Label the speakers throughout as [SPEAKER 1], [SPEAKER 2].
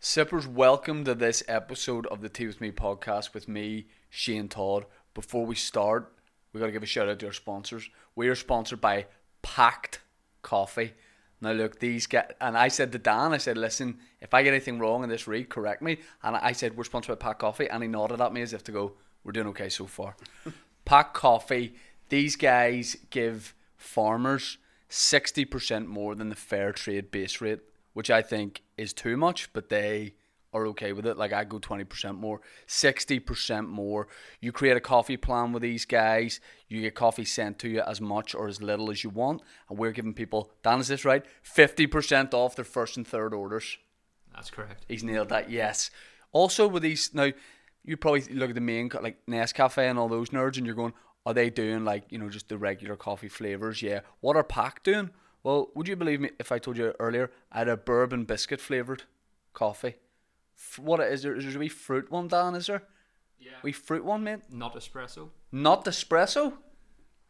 [SPEAKER 1] Sippers, welcome to this episode of the Tea With Me podcast with me, Shane Todd. Before we start, we got to give a shout out to our sponsors. We are sponsored by Packed Coffee. Now, look, these get, and I said to Dan, I said, listen, if I get anything wrong in this read, correct me. And I said, we're sponsored by Packed Coffee. And he nodded at me as if to go, we're doing okay so far. Packed Coffee, these guys give farmers 60% more than the fair trade base rate which I think is too much, but they are okay with it. Like I go 20% more, 60% more. You create a coffee plan with these guys, you get coffee sent to you as much or as little as you want. And we're giving people, Dan, is this right? 50% off their first and third orders.
[SPEAKER 2] That's correct.
[SPEAKER 1] He's nailed that, yes. Also, with these, now you probably look at the main, co- like Nescafe and all those nerds, and you're going, are they doing like, you know, just the regular coffee flavors? Yeah. What are Pack doing? Well, would you believe me if I told you earlier I had a bourbon biscuit flavored coffee? F- what is there? Is there a wee fruit one, Dan? Is there?
[SPEAKER 2] Yeah.
[SPEAKER 1] Wee fruit one, mate?
[SPEAKER 2] Not espresso.
[SPEAKER 1] Not espresso.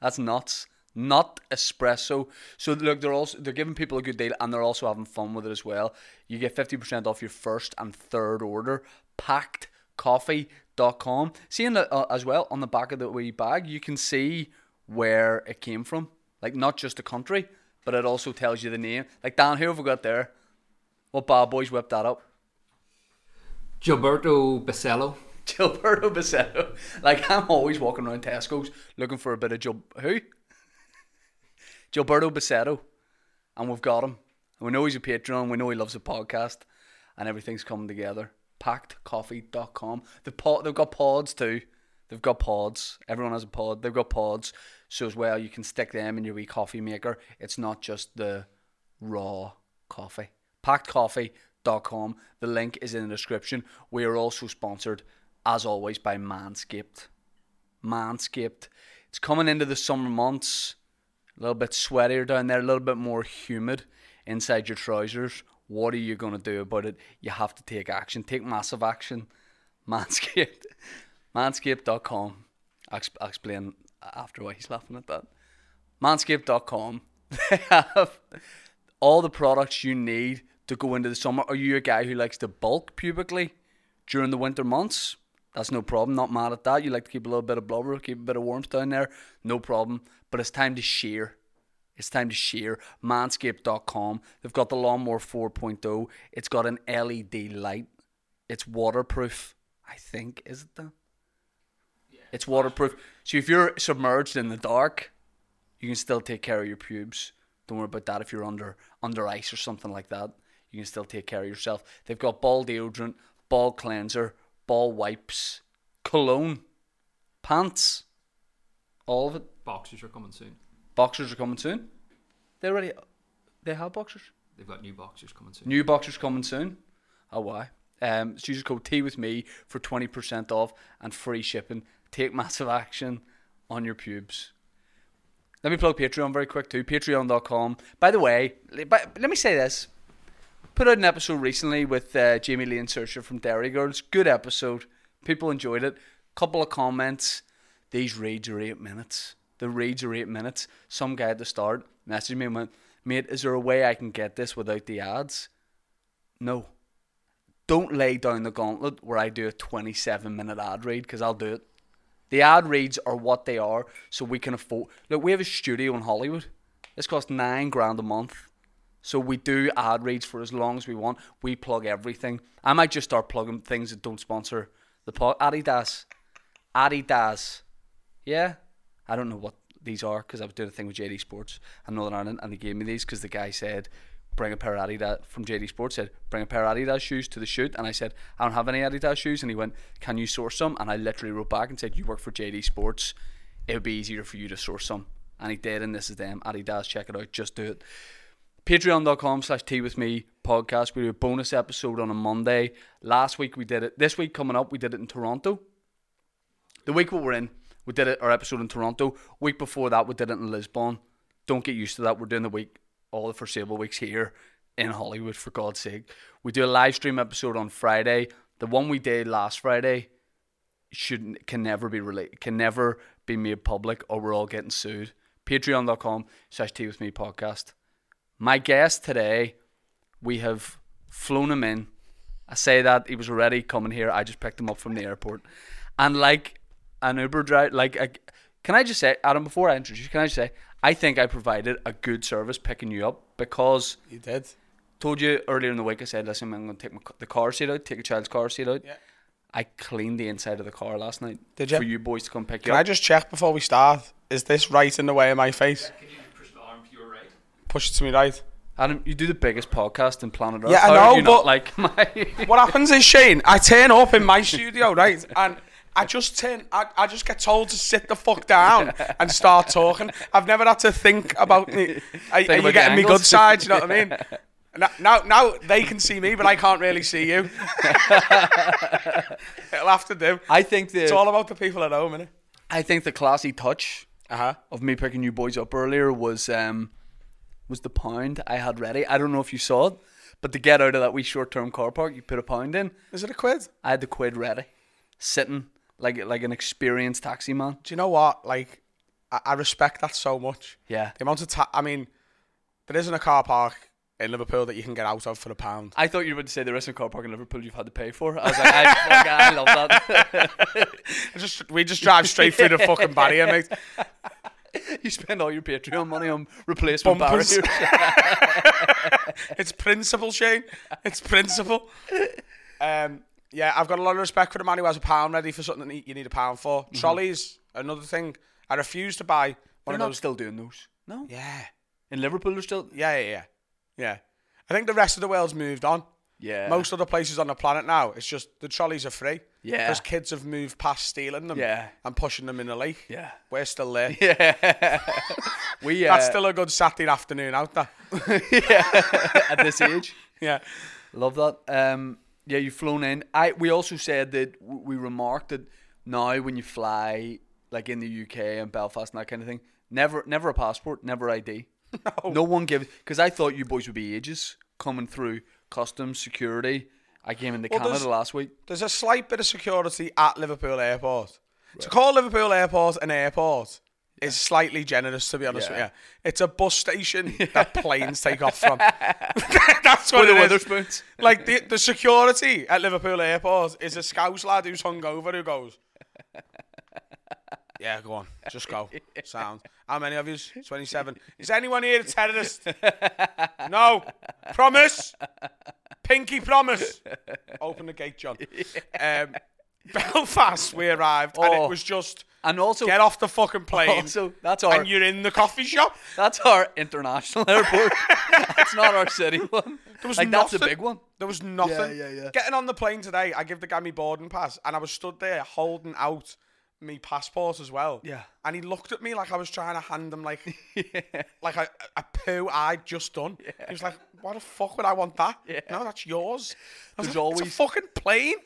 [SPEAKER 1] That's nuts. Not espresso. So look, they're also they're giving people a good deal, and they're also having fun with it as well. You get fifty percent off your first and third order. Packedcoffee.com. Seeing that uh, as well on the back of the wee bag, you can see where it came from. Like not just the country, but it also tells you the name. Like Dan, who have we got there? What bad boys whipped that up?
[SPEAKER 2] Gilberto Bacello.
[SPEAKER 1] Gilberto Bacello. Like I'm always walking around Tesco's looking for a bit of Gil who? Gilberto Bacello. And we've got him. And we know he's a Patreon, we know he loves the podcast, and everything's coming together. Packedcoffee.com. The pod they've got pods too. They've got pods. Everyone has a pod. They've got pods. So as well you can stick them in your wee coffee maker. It's not just the raw coffee. Packedcoffee.com. The link is in the description. We are also sponsored, as always, by Manscaped. Manscaped. It's coming into the summer months. A little bit sweatier down there, a little bit more humid inside your trousers. What are you going to do about it? You have to take action. Take massive action. Manscaped. Manscaped.com. I'll ex- I'll explain after why he's laughing at that manscaped.com. They have all the products you need to go into the summer. Are you a guy who likes to bulk pubically during the winter months? That's no problem. Not mad at that. You like to keep a little bit of blubber, keep a bit of warmth down there. No problem. But it's time to shear. It's time to shear. Manscaped.com. They've got the Lawnmower 4.0. It's got an LED light. It's waterproof, I think. Is it that? It's waterproof. So if you're submerged in the dark, you can still take care of your pubes. Don't worry about that if you're under under ice or something like that. You can still take care of yourself. They've got ball deodorant, ball cleanser, ball wipes, cologne, pants, all of it.
[SPEAKER 2] Boxers are coming soon.
[SPEAKER 1] Boxers are coming soon. They already they have boxers.
[SPEAKER 2] They've got new boxers coming soon.
[SPEAKER 1] New boxers coming soon. Oh why? Um, so use the code T with me for twenty percent off and free shipping. Take massive action on your pubes. Let me plug Patreon very quick too. Patreon.com. By the way, le- by- let me say this. Put out an episode recently with uh, Jamie Lee and Saoirse from Dairy Girls. Good episode. People enjoyed it. Couple of comments. These reads are eight minutes. The reads are eight minutes. Some guy at the start messaged me and went, "Mate, is there a way I can get this without the ads?" No don't lay down the gauntlet where I do a 27 minute ad read because I'll do it. The ad reads are what they are, so we can afford. Look, we have a studio in Hollywood. This costs nine grand a month. So we do ad reads for as long as we want. We plug everything. I might just start plugging things that don't sponsor the pod. Adidas. Adidas. Yeah. I don't know what these are because I was doing a thing with JD Sports and Northern Ireland and they gave me these because the guy said, bring a pair of Adidas from JD Sports said, bring a pair of Adidas shoes to the shoot. And I said, I don't have any Adidas shoes. And he went, can you source some? And I literally wrote back and said, you work for JD Sports. It would be easier for you to source some. And he did. And this is them. Adidas, check it out. Just do it patreon.com slash tea with me podcast we do a bonus episode on a monday last week we did it this week coming up we did it in toronto the week we were in we did it our episode in toronto week before that we did it in lisbon don't get used to that we're doing the week all the foreseeable weeks here in hollywood for god's sake we do a live stream episode on friday the one we did last friday should can never be relate can never be made public or we're all getting sued patreon.com slash tea with me podcast my guest today, we have flown him in I say that he was already coming here. I just picked him up from the airport, and like an Uber driver, like a, can I just say, Adam? Before I introduce you, can I just say I think I provided a good service picking you up because
[SPEAKER 3] You did.
[SPEAKER 1] told you earlier in the week. I said, listen, I'm going to take my, ca- the car seat out, take a child's car seat out.
[SPEAKER 3] Yeah.
[SPEAKER 1] I cleaned the inside of the car last night.
[SPEAKER 3] Did ya?
[SPEAKER 1] for you boys to come pick you
[SPEAKER 3] Can
[SPEAKER 1] up?
[SPEAKER 3] I just check before we start? Is this right in the way of my face?
[SPEAKER 2] Can you push the arm to your right?
[SPEAKER 3] Push it to me right.
[SPEAKER 1] Adam, you do the biggest podcast in planet Earth.
[SPEAKER 3] Yeah, I
[SPEAKER 1] How are
[SPEAKER 3] know,
[SPEAKER 1] you not
[SPEAKER 3] but-
[SPEAKER 1] like my.
[SPEAKER 3] What happens is Shane, I turn up in my studio, right? And I just turn I, I just get told to sit the fuck down and start talking. I've never had to think about me. Are, are
[SPEAKER 1] about the
[SPEAKER 3] you getting me good
[SPEAKER 1] angles.
[SPEAKER 3] side? You know what I mean? Now, now, now they can see me, but I can't really see you. It'll have to do.
[SPEAKER 1] I think the
[SPEAKER 3] It's all about the people at home, innit?
[SPEAKER 1] I think the classy touch
[SPEAKER 3] Uh huh.
[SPEAKER 1] of me picking you boys up earlier was um was the pound I had ready. I don't know if you saw it, but to get out of that wee short term car park, you put a pound in.
[SPEAKER 3] Is it a quid?
[SPEAKER 1] I had the quid ready, sitting like like an experienced taxi man.
[SPEAKER 3] Do you know what? Like, I, I respect that so much.
[SPEAKER 1] Yeah,
[SPEAKER 3] The amount of ta- I mean, there isn't a car park in Liverpool that you can get out of for a pound.
[SPEAKER 1] I thought you were about to say there isn't a car park in Liverpool you've had to pay for. I was like, I, fuck, I love that.
[SPEAKER 3] I just we just drive straight through the fucking barrier, mate.
[SPEAKER 1] you spend all your Patreon money on replacement
[SPEAKER 3] Bumpers.
[SPEAKER 1] barriers.
[SPEAKER 3] It's principle, Shane. It's principle. Um, yeah, I've got a lot of respect for the man who has a pound ready for something that you need a pound for.
[SPEAKER 1] Mm-hmm.
[SPEAKER 3] Trolleys, another thing. I refuse to buy one
[SPEAKER 1] They're
[SPEAKER 3] of
[SPEAKER 1] not
[SPEAKER 3] those.
[SPEAKER 1] still doing those. No,
[SPEAKER 3] Yeah,
[SPEAKER 1] in Liverpool they're still.
[SPEAKER 3] yeah, yeah, yeah, yeah. I think the rest of the world's moved on.
[SPEAKER 1] Yeah,
[SPEAKER 3] Most other places on the planet now, it's just the trolleys are free.
[SPEAKER 1] Yeah.
[SPEAKER 3] Because kids have moved past stealing them
[SPEAKER 1] Yeah.
[SPEAKER 3] and pushing them in the lake.
[SPEAKER 1] Yeah,
[SPEAKER 3] We're still there.
[SPEAKER 1] yeah. we uh,
[SPEAKER 3] That's still a good Saturday afternoon out there.
[SPEAKER 1] at this age.
[SPEAKER 3] Yeah.
[SPEAKER 1] Love that. Um, yeah, you've flown in. I we also said that w- we remarked that now when you fly like in the UK and Belfast and that kind of thing, never never a passport, never ID. No, one gives because I thought you boys would be ages coming through customs security. I came into
[SPEAKER 3] Well,
[SPEAKER 1] Canada
[SPEAKER 3] there's-
[SPEAKER 1] last week.
[SPEAKER 3] There's a slight bit of security at Liverpool Airport. To call Liverpool Airport an airport is slightly generous, to be honest
[SPEAKER 1] Yeah.
[SPEAKER 3] with you. It's a bus station that planes take off from. That's what
[SPEAKER 1] With the
[SPEAKER 3] it is.
[SPEAKER 1] Witherspoons.
[SPEAKER 3] Like the, the security at Liverpool Airport is a scouse lad who's hungover who goes, Yeah, go on, just go. Sound. How many of you? 27. Is anyone here a terrorist? No. Promise. Pinky promise. Open the gate, John. Um, Belfast, we arrived, and
[SPEAKER 1] Oh.
[SPEAKER 3] it was just
[SPEAKER 1] And also,
[SPEAKER 3] get off the fucking plane.
[SPEAKER 1] also that's our
[SPEAKER 3] and you're in the coffee shop.
[SPEAKER 1] that's our international airport. that's not our city one.
[SPEAKER 3] was
[SPEAKER 1] like that's a
[SPEAKER 3] nothing.
[SPEAKER 1] big one.
[SPEAKER 3] There was nothing.
[SPEAKER 1] yeah, yeah.
[SPEAKER 3] Getting on the plane today, I give the guy my boarding pass, and I was stood there holding out me passport as well.
[SPEAKER 1] Yeah.
[SPEAKER 3] And he looked at me like I was trying to hand him like, like a, a poo I'd just done. He was like, "Why the fuck would I want that? No, that's yours." I was
[SPEAKER 1] There's
[SPEAKER 3] like,
[SPEAKER 1] always-
[SPEAKER 3] it's a fucking plane.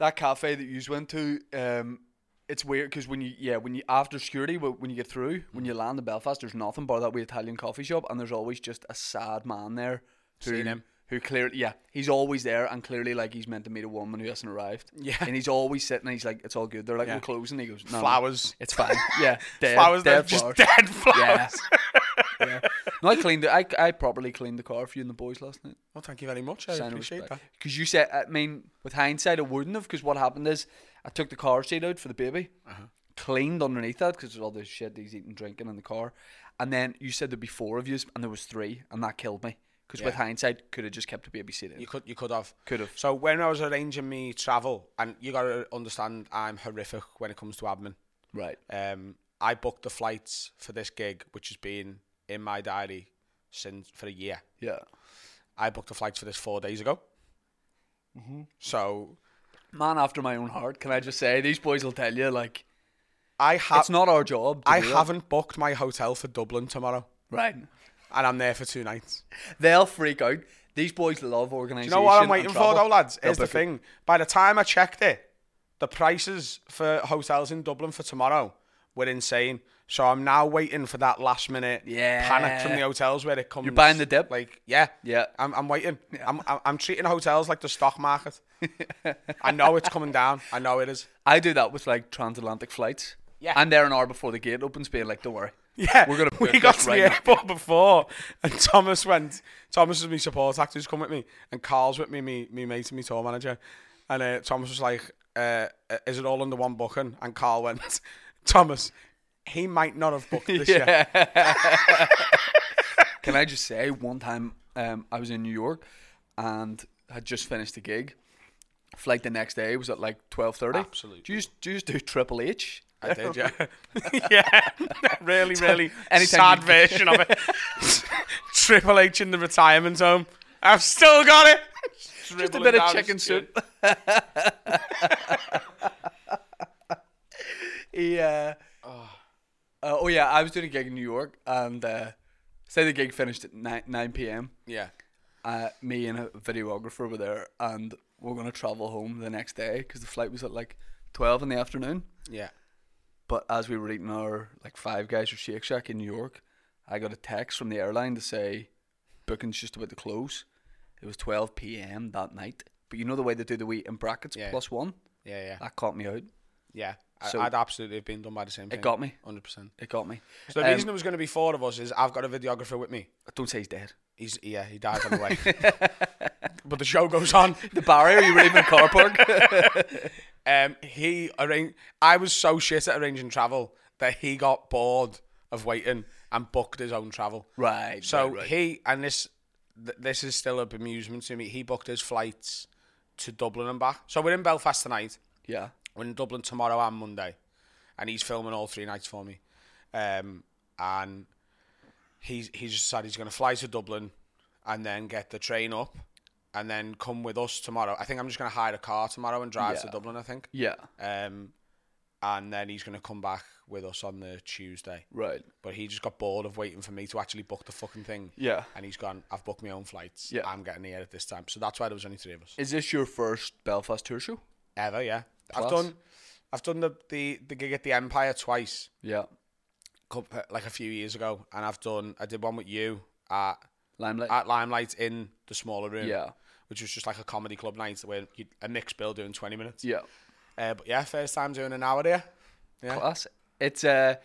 [SPEAKER 1] that cafe that you went to, um, it's weird because when you yeah when you after security wh- when you get through when you land in Belfast, there's nothing but that wee Italian coffee shop, and there's always just a sad man there. Who,
[SPEAKER 3] Seen him.
[SPEAKER 1] Who clearly yeah he's always there and clearly like he's meant to meet a woman who hasn't arrived.
[SPEAKER 3] Yeah.
[SPEAKER 1] and he's always sitting. and He's like it's all good. They're like
[SPEAKER 3] Yeah.
[SPEAKER 1] we're closing. He goes no, no,
[SPEAKER 3] Flowers.
[SPEAKER 1] it's fine. Yeah, dead,
[SPEAKER 3] flowers.
[SPEAKER 1] dead
[SPEAKER 3] Dead
[SPEAKER 1] flowers.
[SPEAKER 3] Just dead flowers.
[SPEAKER 1] Yeah. yeah. No, I cleaned it. I, I properly cleaned the car for you and the boys last night
[SPEAKER 3] Well, thank you very much. I appreciate that.
[SPEAKER 1] because you said, I mean, with hindsight, I wouldn't have. Because what happened is, I took the car seat out for the baby,
[SPEAKER 3] Uh-huh.
[SPEAKER 1] cleaned underneath that because all the shit he's eating, drinking in the car, and then you said there'd be four of you, and there was three, and that killed me. Because with
[SPEAKER 3] Yeah.
[SPEAKER 1] hindsight, could have just kept the baby seat in.
[SPEAKER 3] You could, you could have,
[SPEAKER 1] Could have.
[SPEAKER 3] So when I was arranging me travel, and you got to understand, I'm horrific when it comes to admin.
[SPEAKER 1] Right.
[SPEAKER 3] Um, I booked the flights for this gig, which has been in my diary since for a year.
[SPEAKER 1] Yeah.
[SPEAKER 3] I booked the flights for this four days ago.
[SPEAKER 1] Mm-hmm.
[SPEAKER 3] So
[SPEAKER 1] Man after my own heart. Can I just say these boys will tell you like
[SPEAKER 3] I have
[SPEAKER 1] it's not our job. to
[SPEAKER 3] I
[SPEAKER 1] do that.
[SPEAKER 3] haven't booked my hotel for Dublin tomorrow,
[SPEAKER 1] Right.
[SPEAKER 3] and I'm there for two nights.
[SPEAKER 1] They'll freak out. These boys love organisation.
[SPEAKER 3] You know what I'm
[SPEAKER 1] and
[SPEAKER 3] waiting for
[SPEAKER 1] travel.
[SPEAKER 3] though, lads?
[SPEAKER 1] They'll
[SPEAKER 3] Here's the
[SPEAKER 1] book it.
[SPEAKER 3] thing. By the time I checked it, the prices for hotels in Dublin for tomorrow were insane. So I'm now waiting for that last minute panic from
[SPEAKER 1] Yeah.
[SPEAKER 3] the hotels where it comes.
[SPEAKER 1] You're buying the dip?
[SPEAKER 3] Like, yeah.
[SPEAKER 1] Yeah.
[SPEAKER 3] I'm, I'm waiting. I'm, I'm, I'm treating hotels like the stock market. I know it's coming down. I know it is.
[SPEAKER 1] I do that with like transatlantic flights.
[SPEAKER 3] Yeah.
[SPEAKER 1] I'm there an hour before the gate opens, being like, "Don't worry,
[SPEAKER 3] Yeah,
[SPEAKER 1] We're gonna
[SPEAKER 3] we
[SPEAKER 1] book
[SPEAKER 3] got
[SPEAKER 1] this
[SPEAKER 3] to
[SPEAKER 1] right
[SPEAKER 3] the
[SPEAKER 1] now.
[SPEAKER 3] airport before, and Thomas went. Thomas was my support actor who's come with me, and Carl's with me, me, me mate, and me tour manager. And uh, Thomas was like, uh, "Is it all under one booking?" And Carl went, "Thomas, he might not have booked this yet."
[SPEAKER 1] Can I just say, one time um, I was in New York and had just finished a gig. Flight the next day was at like twelve thirty.
[SPEAKER 3] Absolutely.
[SPEAKER 1] Do you just, do you just do Triple H?
[SPEAKER 3] I did, yeah, yeah, really, really
[SPEAKER 1] anytime
[SPEAKER 3] sad
[SPEAKER 1] you-
[SPEAKER 3] version of it. Triple H in the retirement home. I've still got it.
[SPEAKER 1] Just a
[SPEAKER 3] Dribbling
[SPEAKER 1] bit of
[SPEAKER 3] down his
[SPEAKER 1] chicken
[SPEAKER 3] chin.
[SPEAKER 1] soup. yeah. Uh, oh yeah, I was doing a gig in New York, and uh, say the gig finished at nine nine p.m.
[SPEAKER 3] Yeah.
[SPEAKER 1] Uh, me and a videographer were there, and we are gonna travel home the next day because the flight was at like twelve in the afternoon.
[SPEAKER 3] Yeah.
[SPEAKER 1] But as we were eating our like Five Guys or Shake Shack in New York, I got a text from the airline to say booking's just about to close. It was 12 p.m. that night. But you know the way they do the wee in brackets
[SPEAKER 3] Yeah.
[SPEAKER 1] plus one.
[SPEAKER 3] Yeah, yeah,
[SPEAKER 1] That caught me out.
[SPEAKER 3] yeah. I,
[SPEAKER 1] So-
[SPEAKER 3] I'd absolutely have been done by the same thing.
[SPEAKER 1] got me.
[SPEAKER 3] hundred percent.
[SPEAKER 1] It got me.
[SPEAKER 3] So the
[SPEAKER 1] Um,
[SPEAKER 3] reason it was going to be four of us is I've got a videographer with me.
[SPEAKER 1] Don't say he's dead.
[SPEAKER 3] He's yeah, he died on the way. but the show goes on.
[SPEAKER 1] The barrier you were leaving the car park.
[SPEAKER 3] Um, he arranged. I was so shit at arranging travel that he got bored of waiting and booked his own travel.
[SPEAKER 1] right.
[SPEAKER 3] So
[SPEAKER 1] right, right.
[SPEAKER 3] he and this th- this is still a bemusement to me. He booked his flights to Dublin and back. So we're in Belfast tonight.
[SPEAKER 1] yeah.
[SPEAKER 3] We're in Dublin tomorrow and Monday, and he's filming all three nights for me. Um, and he's he's decided he's going to fly to Dublin, and then get the train up, and then come with us tomorrow. I think I'm just going to hire a car tomorrow and drive to
[SPEAKER 1] Yeah.
[SPEAKER 3] Dublin. I think.
[SPEAKER 1] Yeah.
[SPEAKER 3] Um, and then he's going to come back with us on the Tuesday.
[SPEAKER 1] Right.
[SPEAKER 3] But he just got bored of waiting for me to actually book the fucking thing.
[SPEAKER 1] Yeah.
[SPEAKER 3] And he's gone. I've booked my own flights.
[SPEAKER 1] Yeah.
[SPEAKER 3] I'm getting here at this time. So that's why there was only three of us
[SPEAKER 1] Is this your first Belfast tour show?
[SPEAKER 3] ever. Yeah, I've
[SPEAKER 1] Class.
[SPEAKER 3] done, I've done the, the the gig at the Empire twice,
[SPEAKER 1] Yeah.
[SPEAKER 3] couple, like a few years ago, and I've done. I did one with you at
[SPEAKER 1] Limelight.
[SPEAKER 3] at Limelight in the smaller room.
[SPEAKER 1] Yeah.
[SPEAKER 3] which was just like a comedy club night where you a mixed bill doing twenty minutes.
[SPEAKER 1] yeah.
[SPEAKER 3] Uh, but yeah, first time doing an hour here. Yeah.
[SPEAKER 1] class. It's uh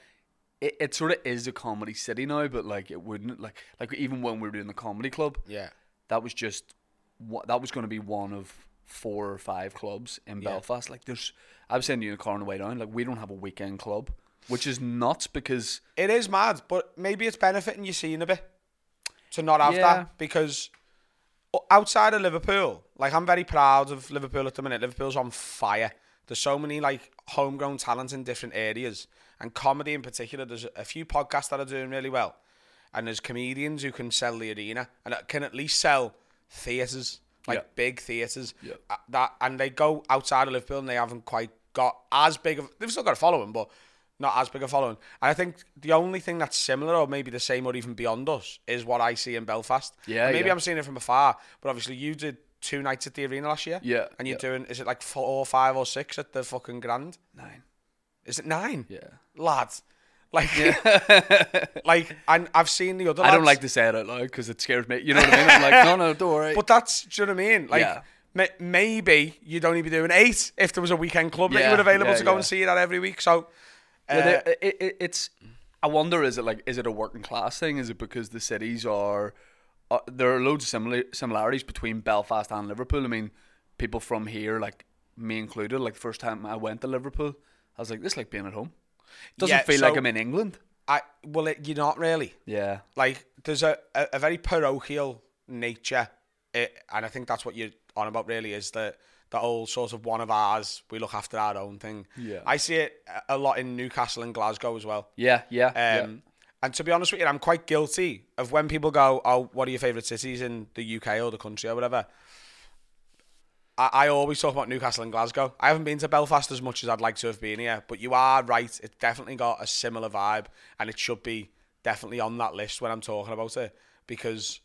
[SPEAKER 1] it, it sort of is a comedy city now, but like it wouldn't like like even when we were doing the comedy club,
[SPEAKER 3] Yeah,
[SPEAKER 1] that was just what that was going to be one of four or five clubs in
[SPEAKER 3] Yeah.
[SPEAKER 1] Belfast. Like there's, I was saying to you in the car on the way down, like we don't have a weekend club, which is nuts because
[SPEAKER 3] it is mad, but maybe it's benefiting you seeing a bit to not have
[SPEAKER 1] Yeah.
[SPEAKER 3] that because o- outside of Liverpool, like I'm very proud of Liverpool at the minute. Liverpool's on fire. There's so many like homegrown talents in different areas and comedy in particular. There's a few podcasts that are doing really well, and there's comedians who can sell the arena and that can at least sell theatres like
[SPEAKER 1] Yeah.
[SPEAKER 3] big theatres
[SPEAKER 1] Yeah.
[SPEAKER 3] uh, that and they go outside of Liverpool and they haven't quite got as big of they've still got a following but not as big a following and I think the only thing that's similar or maybe the same or even beyond us is what I see in Belfast
[SPEAKER 1] Yeah,
[SPEAKER 3] And maybe
[SPEAKER 1] yeah.
[SPEAKER 3] I'm seeing it from afar but obviously you did two nights at the arena last year
[SPEAKER 1] Yeah,
[SPEAKER 3] and you're
[SPEAKER 1] yeah.
[SPEAKER 3] doing is it like four or five or six at the fucking grand
[SPEAKER 1] nine,
[SPEAKER 3] is it nine
[SPEAKER 1] yeah.
[SPEAKER 3] lads like like and I've seen the other
[SPEAKER 1] I don't
[SPEAKER 3] lads.
[SPEAKER 1] like to say it out loud because it scares me. You know what I mean? I'm like, no, no, don't worry.
[SPEAKER 3] But that's, do you know what I mean? Like,
[SPEAKER 1] Yeah.
[SPEAKER 3] ma- maybe you'd only be doing eight if there was a weekend club that you
[SPEAKER 1] Yeah,
[SPEAKER 3] were available
[SPEAKER 1] yeah,
[SPEAKER 3] to go
[SPEAKER 1] yeah.
[SPEAKER 3] and see that every week. So, uh,
[SPEAKER 1] Yeah, they- it, it, it's. I wonder, is it like, is it a working class thing? Is it because the cities are, uh, there are loads of similar similarities between Belfast and Liverpool. I mean, people from here, like me included, like the first time I went to Liverpool, I was like, this is like being at home. Doesn't
[SPEAKER 3] Yeah,
[SPEAKER 1] feel
[SPEAKER 3] so-
[SPEAKER 1] like I'm in England.
[SPEAKER 3] I well, it, you're not really.
[SPEAKER 1] Yeah,
[SPEAKER 3] Like, there's a, a, a very parochial nature, it, and I think that's what you're on about. Really, is that the whole sort of one of ours. We look after our own thing.
[SPEAKER 1] Yeah.
[SPEAKER 3] I see it a- a lot in Newcastle and Glasgow as well.
[SPEAKER 1] yeah, yeah.
[SPEAKER 3] Um, And to be honest with you, I'm quite guilty of when people go, "Oh, what are your favourite cities in the UK or the country or whatever." I, I always talk about Newcastle and Glasgow. I haven't been to Belfast as much as I'd like to have been here, but you are right. It's definitely got a similar vibe, and it should be definitely on that list when I'm talking about it because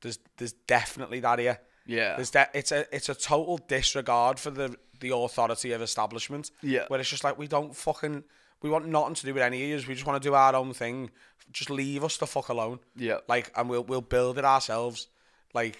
[SPEAKER 3] there's there's definitely that here.
[SPEAKER 1] yeah, yeah.
[SPEAKER 3] There's de- it's a it's a total disregard for the the authority of establishment.
[SPEAKER 1] Yeah.
[SPEAKER 3] Where it's just like we don't fucking we want nothing to do with any of you. We just want to do our own thing. Just leave us the fuck alone.
[SPEAKER 1] Yeah.
[SPEAKER 3] Like and we'll we'll build it ourselves. Like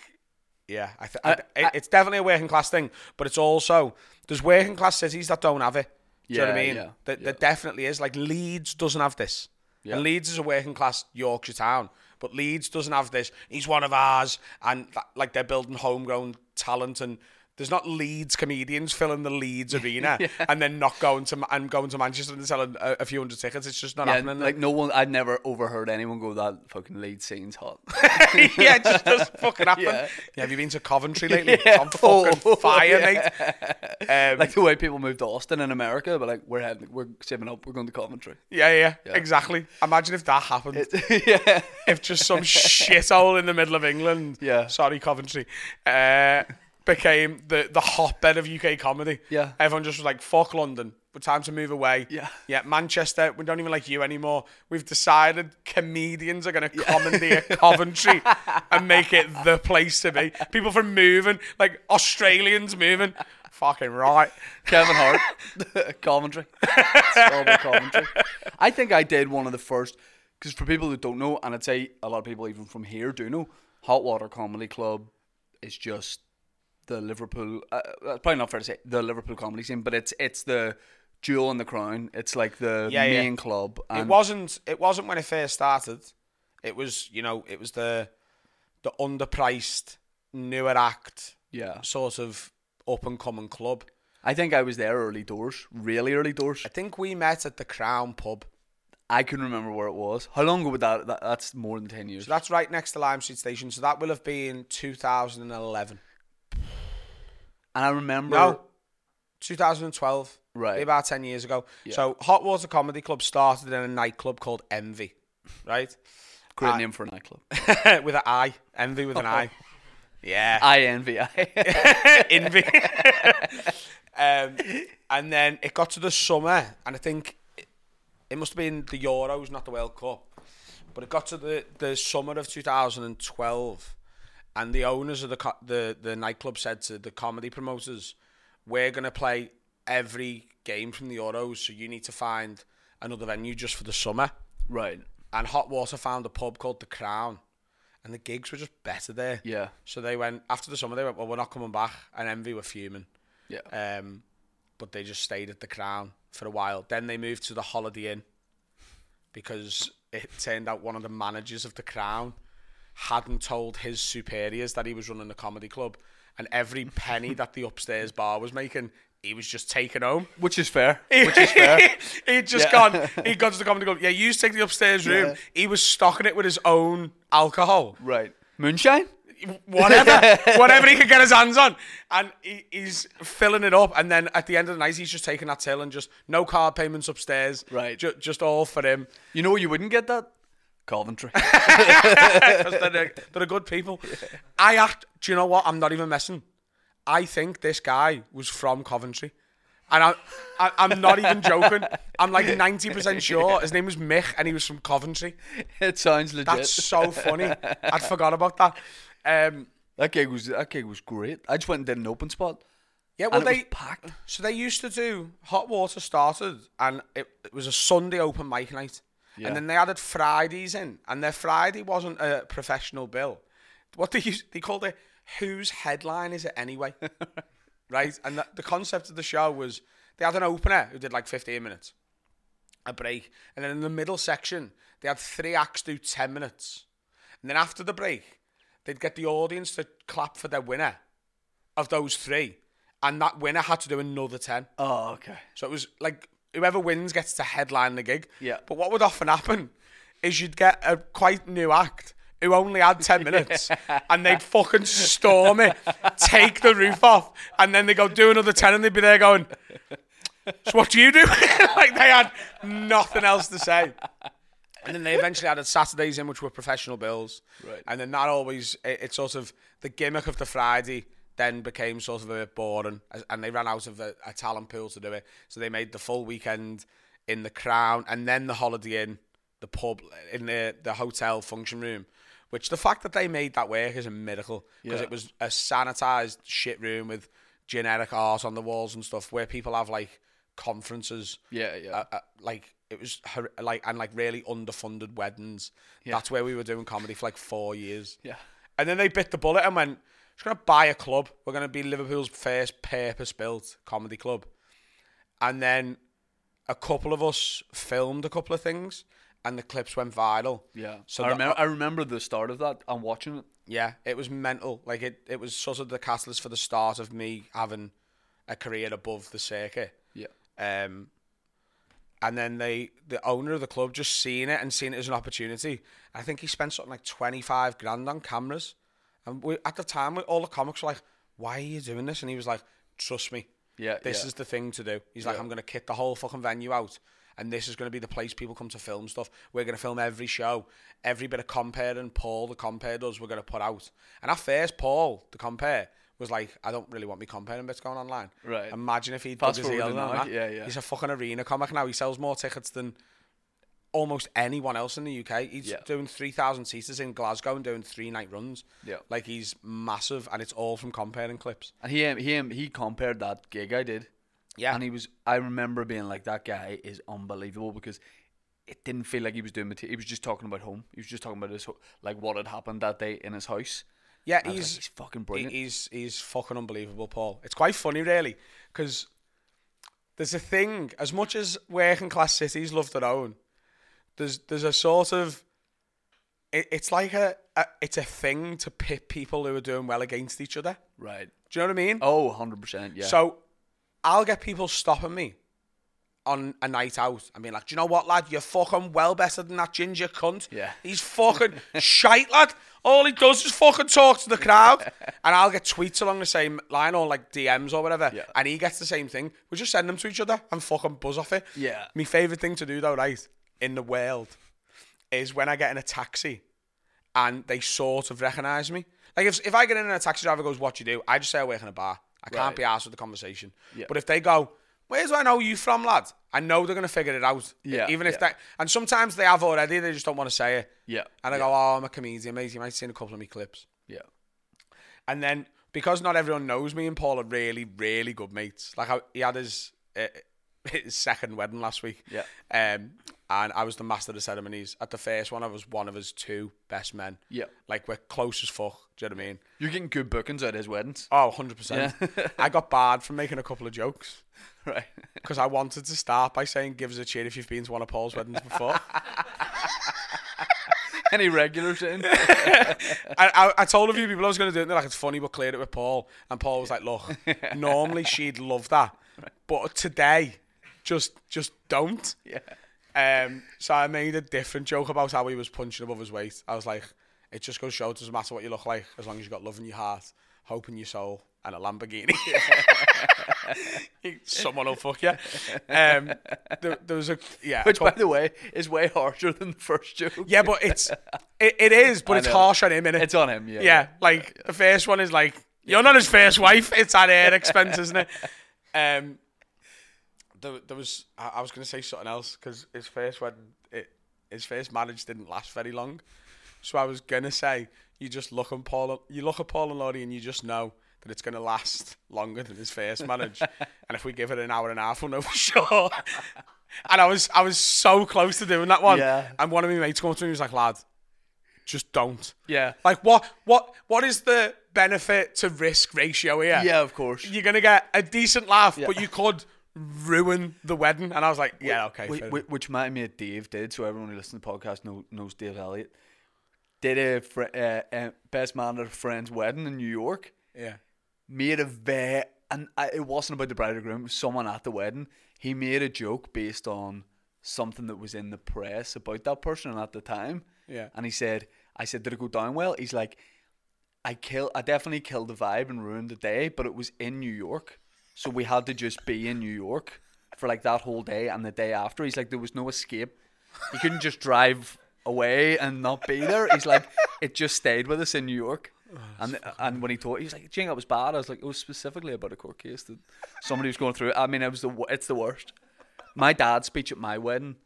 [SPEAKER 3] yeah, I, th- I,
[SPEAKER 1] I-
[SPEAKER 3] it- it's definitely a working class thing, but it's also there's working class cities that don't have it. Do you know what I
[SPEAKER 1] Yeah,
[SPEAKER 3] mean?
[SPEAKER 1] yeah,
[SPEAKER 3] That
[SPEAKER 1] yeah.
[SPEAKER 3] that definitely is. Like Leeds doesn't have this.
[SPEAKER 1] Yeah.
[SPEAKER 3] And Leeds is a working class Yorkshire town, but Leeds doesn't have this. He's one of ours, and that, like they're building homegrown talent, and there's not Leeds comedians filling the Leeds arena, and then not going to Ma- and going to Manchester and selling a, a few hundred tickets. It's just not
[SPEAKER 1] Yeah,
[SPEAKER 3] happening.
[SPEAKER 1] like no one. I'd never overheard anyone go that fucking lead scene's hot.
[SPEAKER 3] yeah, it just doesn't fucking happen.
[SPEAKER 1] Yeah.
[SPEAKER 3] Yeah. have you been to Coventry lately?
[SPEAKER 1] Yeah.
[SPEAKER 3] It's on fucking
[SPEAKER 1] Oh,
[SPEAKER 3] fire, mate. Um,
[SPEAKER 1] like the way people moved to Austin in America, but like we're heading, we're saving up, we're going to Coventry.
[SPEAKER 3] yeah, yeah, exactly. Imagine if that happened.
[SPEAKER 1] yeah,
[SPEAKER 3] if just some shithole in the middle of England,
[SPEAKER 1] Yeah.
[SPEAKER 3] sorry Coventry, uh, became the, the hotbed of UK comedy.
[SPEAKER 1] Yeah.
[SPEAKER 3] Everyone just was like, fuck London, we're time to move away.
[SPEAKER 1] Yeah.
[SPEAKER 3] Yeah, Manchester, we don't even like you anymore. We've decided comedians are going to commandeer Coventry and make it the place to be. People from moving, like Australians moving. Fucking right.
[SPEAKER 1] Kevin Hart, Coventry. It's all about Coventry. I think I did one of the first because for people who don't know, and I'd say a lot of people even from here do know, Hot Water Comedy Club is just the Liverpool. Uh, that's probably not fair to say the Liverpool comedy scene, but it's it's the jewel in the crown. It's like the
[SPEAKER 3] Yeah, yeah.
[SPEAKER 1] main club. And
[SPEAKER 3] it wasn't it wasn't when it first started. It was, you know, it was the the underpriced newer act
[SPEAKER 1] Yeah,
[SPEAKER 3] sort of up and coming club.
[SPEAKER 1] I think I was there early doors, really early doors.
[SPEAKER 3] I think we met at the Crown pub.
[SPEAKER 1] I can remember where it was. How long ago would that, that that's more than 10 years.
[SPEAKER 3] So that's right next to Lime Street Station. So that will have been 2011.
[SPEAKER 1] and I remember
[SPEAKER 3] No. 2012.
[SPEAKER 1] Right.
[SPEAKER 3] About 10 years ago. So Hot Water Comedy Club started in a nightclub called Envy, right?
[SPEAKER 1] great
[SPEAKER 3] I-
[SPEAKER 1] name for a nightclub.
[SPEAKER 3] with an I. Envy with an I. Yeah.
[SPEAKER 1] I envy. I
[SPEAKER 3] envy. um, and then it got to the summer, and I think it, it must have been the Euros, not the World Cup. But it got to the, the summer of 2012, and the owners of the co- the the nightclub said to the comedy promoters, "We're gonna play every game from the Euros, so you need to find another venue just for the summer."
[SPEAKER 1] right.
[SPEAKER 3] And Hot Water found a pub called the Crown, and the gigs were just better there.
[SPEAKER 1] Yeah.
[SPEAKER 3] So they went after the summer. They went, well, we're not coming back, and Envy were fuming.
[SPEAKER 1] Yeah.
[SPEAKER 3] Um, but they just stayed at the Crown for a while. Then they moved to the Holiday Inn because it turned out one of the managers of the Crown hadn't told his superiors that he was running a comedy club, and every penny that the upstairs bar was making, he was just taking home.
[SPEAKER 1] Which is fair.
[SPEAKER 3] Which is fair. he'd just
[SPEAKER 1] Yeah.
[SPEAKER 3] gone. He'd gone to the comedy club. Yeah, you take the upstairs room. He was stocking it with his own alcohol
[SPEAKER 1] Right. Moonshine?
[SPEAKER 3] whatever, whatever he could get his hands on, and he, he's filling it up. And then at the end of the night, he's just taking that till and just no card payments upstairs,
[SPEAKER 1] Right.
[SPEAKER 3] Ju- just all for him.
[SPEAKER 1] You know you wouldn't get that? Coventry.
[SPEAKER 3] 'Cause they're, they're good people. I act. Do you know what? I'm not even messing. I think this guy was from Coventry. And I, I, I'm not even joking. I'm like 90% sure. His name was Mick and he was from Coventry.
[SPEAKER 1] it sounds legit.
[SPEAKER 3] That's so funny. I'd forgot about that. Um,
[SPEAKER 1] That gig was that gig was great. I just went and did an open spot.
[SPEAKER 3] yeah, well,
[SPEAKER 1] And it
[SPEAKER 3] they,
[SPEAKER 1] was packed.
[SPEAKER 3] So they used to do hot water started, and it, it was a Sunday open mic night,
[SPEAKER 1] Yeah.
[SPEAKER 3] and then they added Fridays in, and their Friday wasn't a professional bill. What they used, they called it whose headline is it anyway, right? And the, the concept of the show was they had an opener who did like fifteen minutes, a break, and then in the middle section they had three acts do ten minutes, and then after the break they'd get the audience to clap for their winner of those three. And that winner had to do another 10.
[SPEAKER 1] Oh, okay.
[SPEAKER 3] So it was like whoever wins gets to headline the gig.
[SPEAKER 1] Yeah.
[SPEAKER 3] But what would often happen is you'd get a quite new act who only had 10 minutes and they'd fucking storm it, take the roof off, and then they go do another 10 and they'd be there going, So what do you do? like they had nothing else to say. And then they eventually added Saturdays in, which were professional bills.
[SPEAKER 1] Right.
[SPEAKER 3] And then that always, it, it's sort of the gimmick of the Friday then became sort of a bit boring, as- and they ran out of a, a talent pool to do it. So they made the full weekend in the Crown, and then the Holiday Inn, the pub in the the hotel function room. Which the fact that they made that work is a miracle because
[SPEAKER 1] Yeah.
[SPEAKER 3] it was a sanitized shit room with generic art on the walls and stuff, where people have like conferences
[SPEAKER 1] Yeah, yeah.
[SPEAKER 3] uh, uh, like it was hor- like and like really underfunded weddings. That's where we were doing comedy for like four years.
[SPEAKER 1] Yeah.
[SPEAKER 3] and then they bit the bullet and went, "Just gonna buy a club. We're gonna be Liverpool's first purpose-built comedy club." And then a couple of us filmed a couple of things, and the clips went viral.
[SPEAKER 1] Yeah.
[SPEAKER 3] So
[SPEAKER 1] So I
[SPEAKER 3] that-
[SPEAKER 1] remember I remember the start of that. I'm watching it.
[SPEAKER 3] Yeah, it was mental. Like it, it was sort of the catalyst for the start of me having a career above the circuit.
[SPEAKER 1] Yeah.
[SPEAKER 3] Um, and then they, the owner of the club, just seeing it and seeing it as an opportunity. I think he spent something like twenty five grand on cameras, and we at the time we, all the comics were like, "Why are you doing this?" And he was like, "Trust me,
[SPEAKER 1] Yeah,
[SPEAKER 3] this
[SPEAKER 1] yeah.
[SPEAKER 3] is the thing to do." He's like, "I'm going to kick the whole fucking venue out." And this is going to be the place people come to film stuff. We're going to film every show, every bit of compare and Paul, the compare does, we're going to put out. And at first, Paul, the compare, was like, I don't really want me comparing bits going online.
[SPEAKER 1] Right.
[SPEAKER 3] Imagine if he'd
[SPEAKER 1] Fast
[SPEAKER 3] dug his heel
[SPEAKER 1] forward
[SPEAKER 3] down
[SPEAKER 1] now,
[SPEAKER 3] that.
[SPEAKER 1] yeah, yeah.
[SPEAKER 3] He's a fucking arena comic now. He sells more tickets than almost anyone else in the UK. He's
[SPEAKER 1] Yeah.
[SPEAKER 3] doing 3,000 seats in Glasgow and doing three night runs.
[SPEAKER 1] Yeah.
[SPEAKER 3] Like he's massive and it's all from comparing clips.
[SPEAKER 1] And he um, he um, he compared that gig I did.
[SPEAKER 3] Yeah.
[SPEAKER 1] And he was I remember being like that guy is unbelievable because it didn't feel like he was doing material. He was just talking about home. He was just talking about his ho- like what had happened that day in his house.
[SPEAKER 3] Yeah,
[SPEAKER 1] I was like,
[SPEAKER 3] he's
[SPEAKER 1] he's fucking brilliant.
[SPEAKER 3] He- He's he's fucking unbelievable, Paul. It's quite funny, really, because there's a thing. As much as working class cities love their own, there's there's a sort of it, it's like a, a it's a thing to pit people who are doing well against each other.
[SPEAKER 1] right.
[SPEAKER 3] Do you know what I mean?
[SPEAKER 1] Oh, 100%. Yeah.
[SPEAKER 3] So I'll get people stopping me on a night out and being like, Do you know what, lad? You're fucking well better than that ginger cunt.
[SPEAKER 1] Yeah.
[SPEAKER 3] He's fucking shite, lad. All he does is fucking talk to the crowd. and I'll get tweets along the same line or like DMs or whatever.
[SPEAKER 1] Yeah.
[SPEAKER 3] And he gets the same thing. We just send them to each other and fucking buzz off it.
[SPEAKER 1] Yeah.
[SPEAKER 3] My favourite thing to do though, right, in the world is when I get in a taxi and they sort of recognise me. Like if if I get in and a taxi driver goes, "What you do?" I just say I work in a bar. I can't
[SPEAKER 1] Right.
[SPEAKER 3] be asked with the conversation.
[SPEAKER 1] Yeah.
[SPEAKER 3] But if they go, "Where do I know you from, lad?" I know they're gonna figure it out.
[SPEAKER 1] Yeah,
[SPEAKER 3] Even if
[SPEAKER 1] yeah.
[SPEAKER 3] that, and sometimes they have already. They just don't want to say it.
[SPEAKER 1] Yeah,
[SPEAKER 3] And I go, "Oh, I'm a comedian, mate. You might have seen a couple of me clips."
[SPEAKER 1] yeah.
[SPEAKER 3] And then because not everyone knows me and Paul are really, really good mates. Like I, he had his uh, his second wedding last week.
[SPEAKER 1] Yeah.
[SPEAKER 3] Um, and I was the master of the ceremonies at the first one. I was one of his two best men.
[SPEAKER 1] Yeah.
[SPEAKER 3] Like we're close as fuck. Do you know what I mean?
[SPEAKER 1] You're getting good bookings at his weddings.
[SPEAKER 3] Oh, 100%.
[SPEAKER 1] Yeah.
[SPEAKER 3] I got barred from making a couple of jokes
[SPEAKER 1] Right.
[SPEAKER 3] because I wanted to start by saying, give us a cheer if you've been to one of Paul's weddings before.
[SPEAKER 1] Any regulars in?
[SPEAKER 3] I, I, I told a few people I was going to do it. And they're like, it's funny, but cleared it with Paul. And Paul was like, look, normally she'd love that, but today, just just don't.
[SPEAKER 1] yeah.
[SPEAKER 3] Um, so I made a different joke about how he was punching above his weight. I was like, it just goes to show it doesn't matter what you look like as long as you've got love in your heart, hope in your soul, and a Lamborghini. Someone will fuck you. Um, there, there was a yeah. I
[SPEAKER 1] Which, by
[SPEAKER 3] told-
[SPEAKER 1] the way, is way harsher than the first joke.
[SPEAKER 3] yeah, but it's it, it is, but
[SPEAKER 1] I
[SPEAKER 3] it's
[SPEAKER 1] know.
[SPEAKER 3] harsh on him, innit?
[SPEAKER 1] It's on him. Yeah.
[SPEAKER 3] yeah, like the first one is like you're not his first wife. It's at air expense, isn't it? Um, there, there was I, I was gonna say something else because his first wedding, it, his first marriage didn't last very long. So I was gonna say you just look on Paul, you look at Paul and Laurie, and you just know that it's gonna last longer than his first marriage. and if we give it an hour and a half, we'll know for sure. and I was I was so close to doing that one.
[SPEAKER 1] Yeah.
[SPEAKER 3] And one of my mates come up to me and was like, lad, just don't.
[SPEAKER 1] Yeah.
[SPEAKER 3] Like what what what is the benefit to risk ratio here?
[SPEAKER 1] Yeah, of course.
[SPEAKER 3] You're gonna get a decent laugh, but you could ruin the wedding. And I was like, Yeah, okay.
[SPEAKER 1] Whi-
[SPEAKER 3] fair
[SPEAKER 1] whi-
[SPEAKER 3] enough.
[SPEAKER 1] which my mate Dave did, so everyone who listens to the podcast know, knows Dave Elliott. Did a fr- uh, uh, best man at a friend's wedding in New York.
[SPEAKER 3] yeah.
[SPEAKER 1] Made a ve and I, it wasn't about the bride or groom. It was someone at the wedding. He made a joke based on something that was in the press about that person at the time.
[SPEAKER 3] Yeah.
[SPEAKER 1] And he said, "I said, did it go down well?" He's like, "I kill. I definitely killed the vibe and ruined the day, but it was in New York, so we had to just be in New York for like that whole day and the day after." He's like, "There was no escape. You couldn't just drive away and not be there." He's like, "It just stayed with us in New York." And and when he told, he was like, "Do you think it was bad?" I was like, "It was specifically about a court case that somebody was going through." I mean, it was the wo- it's the worst. My dad's speech at my wedding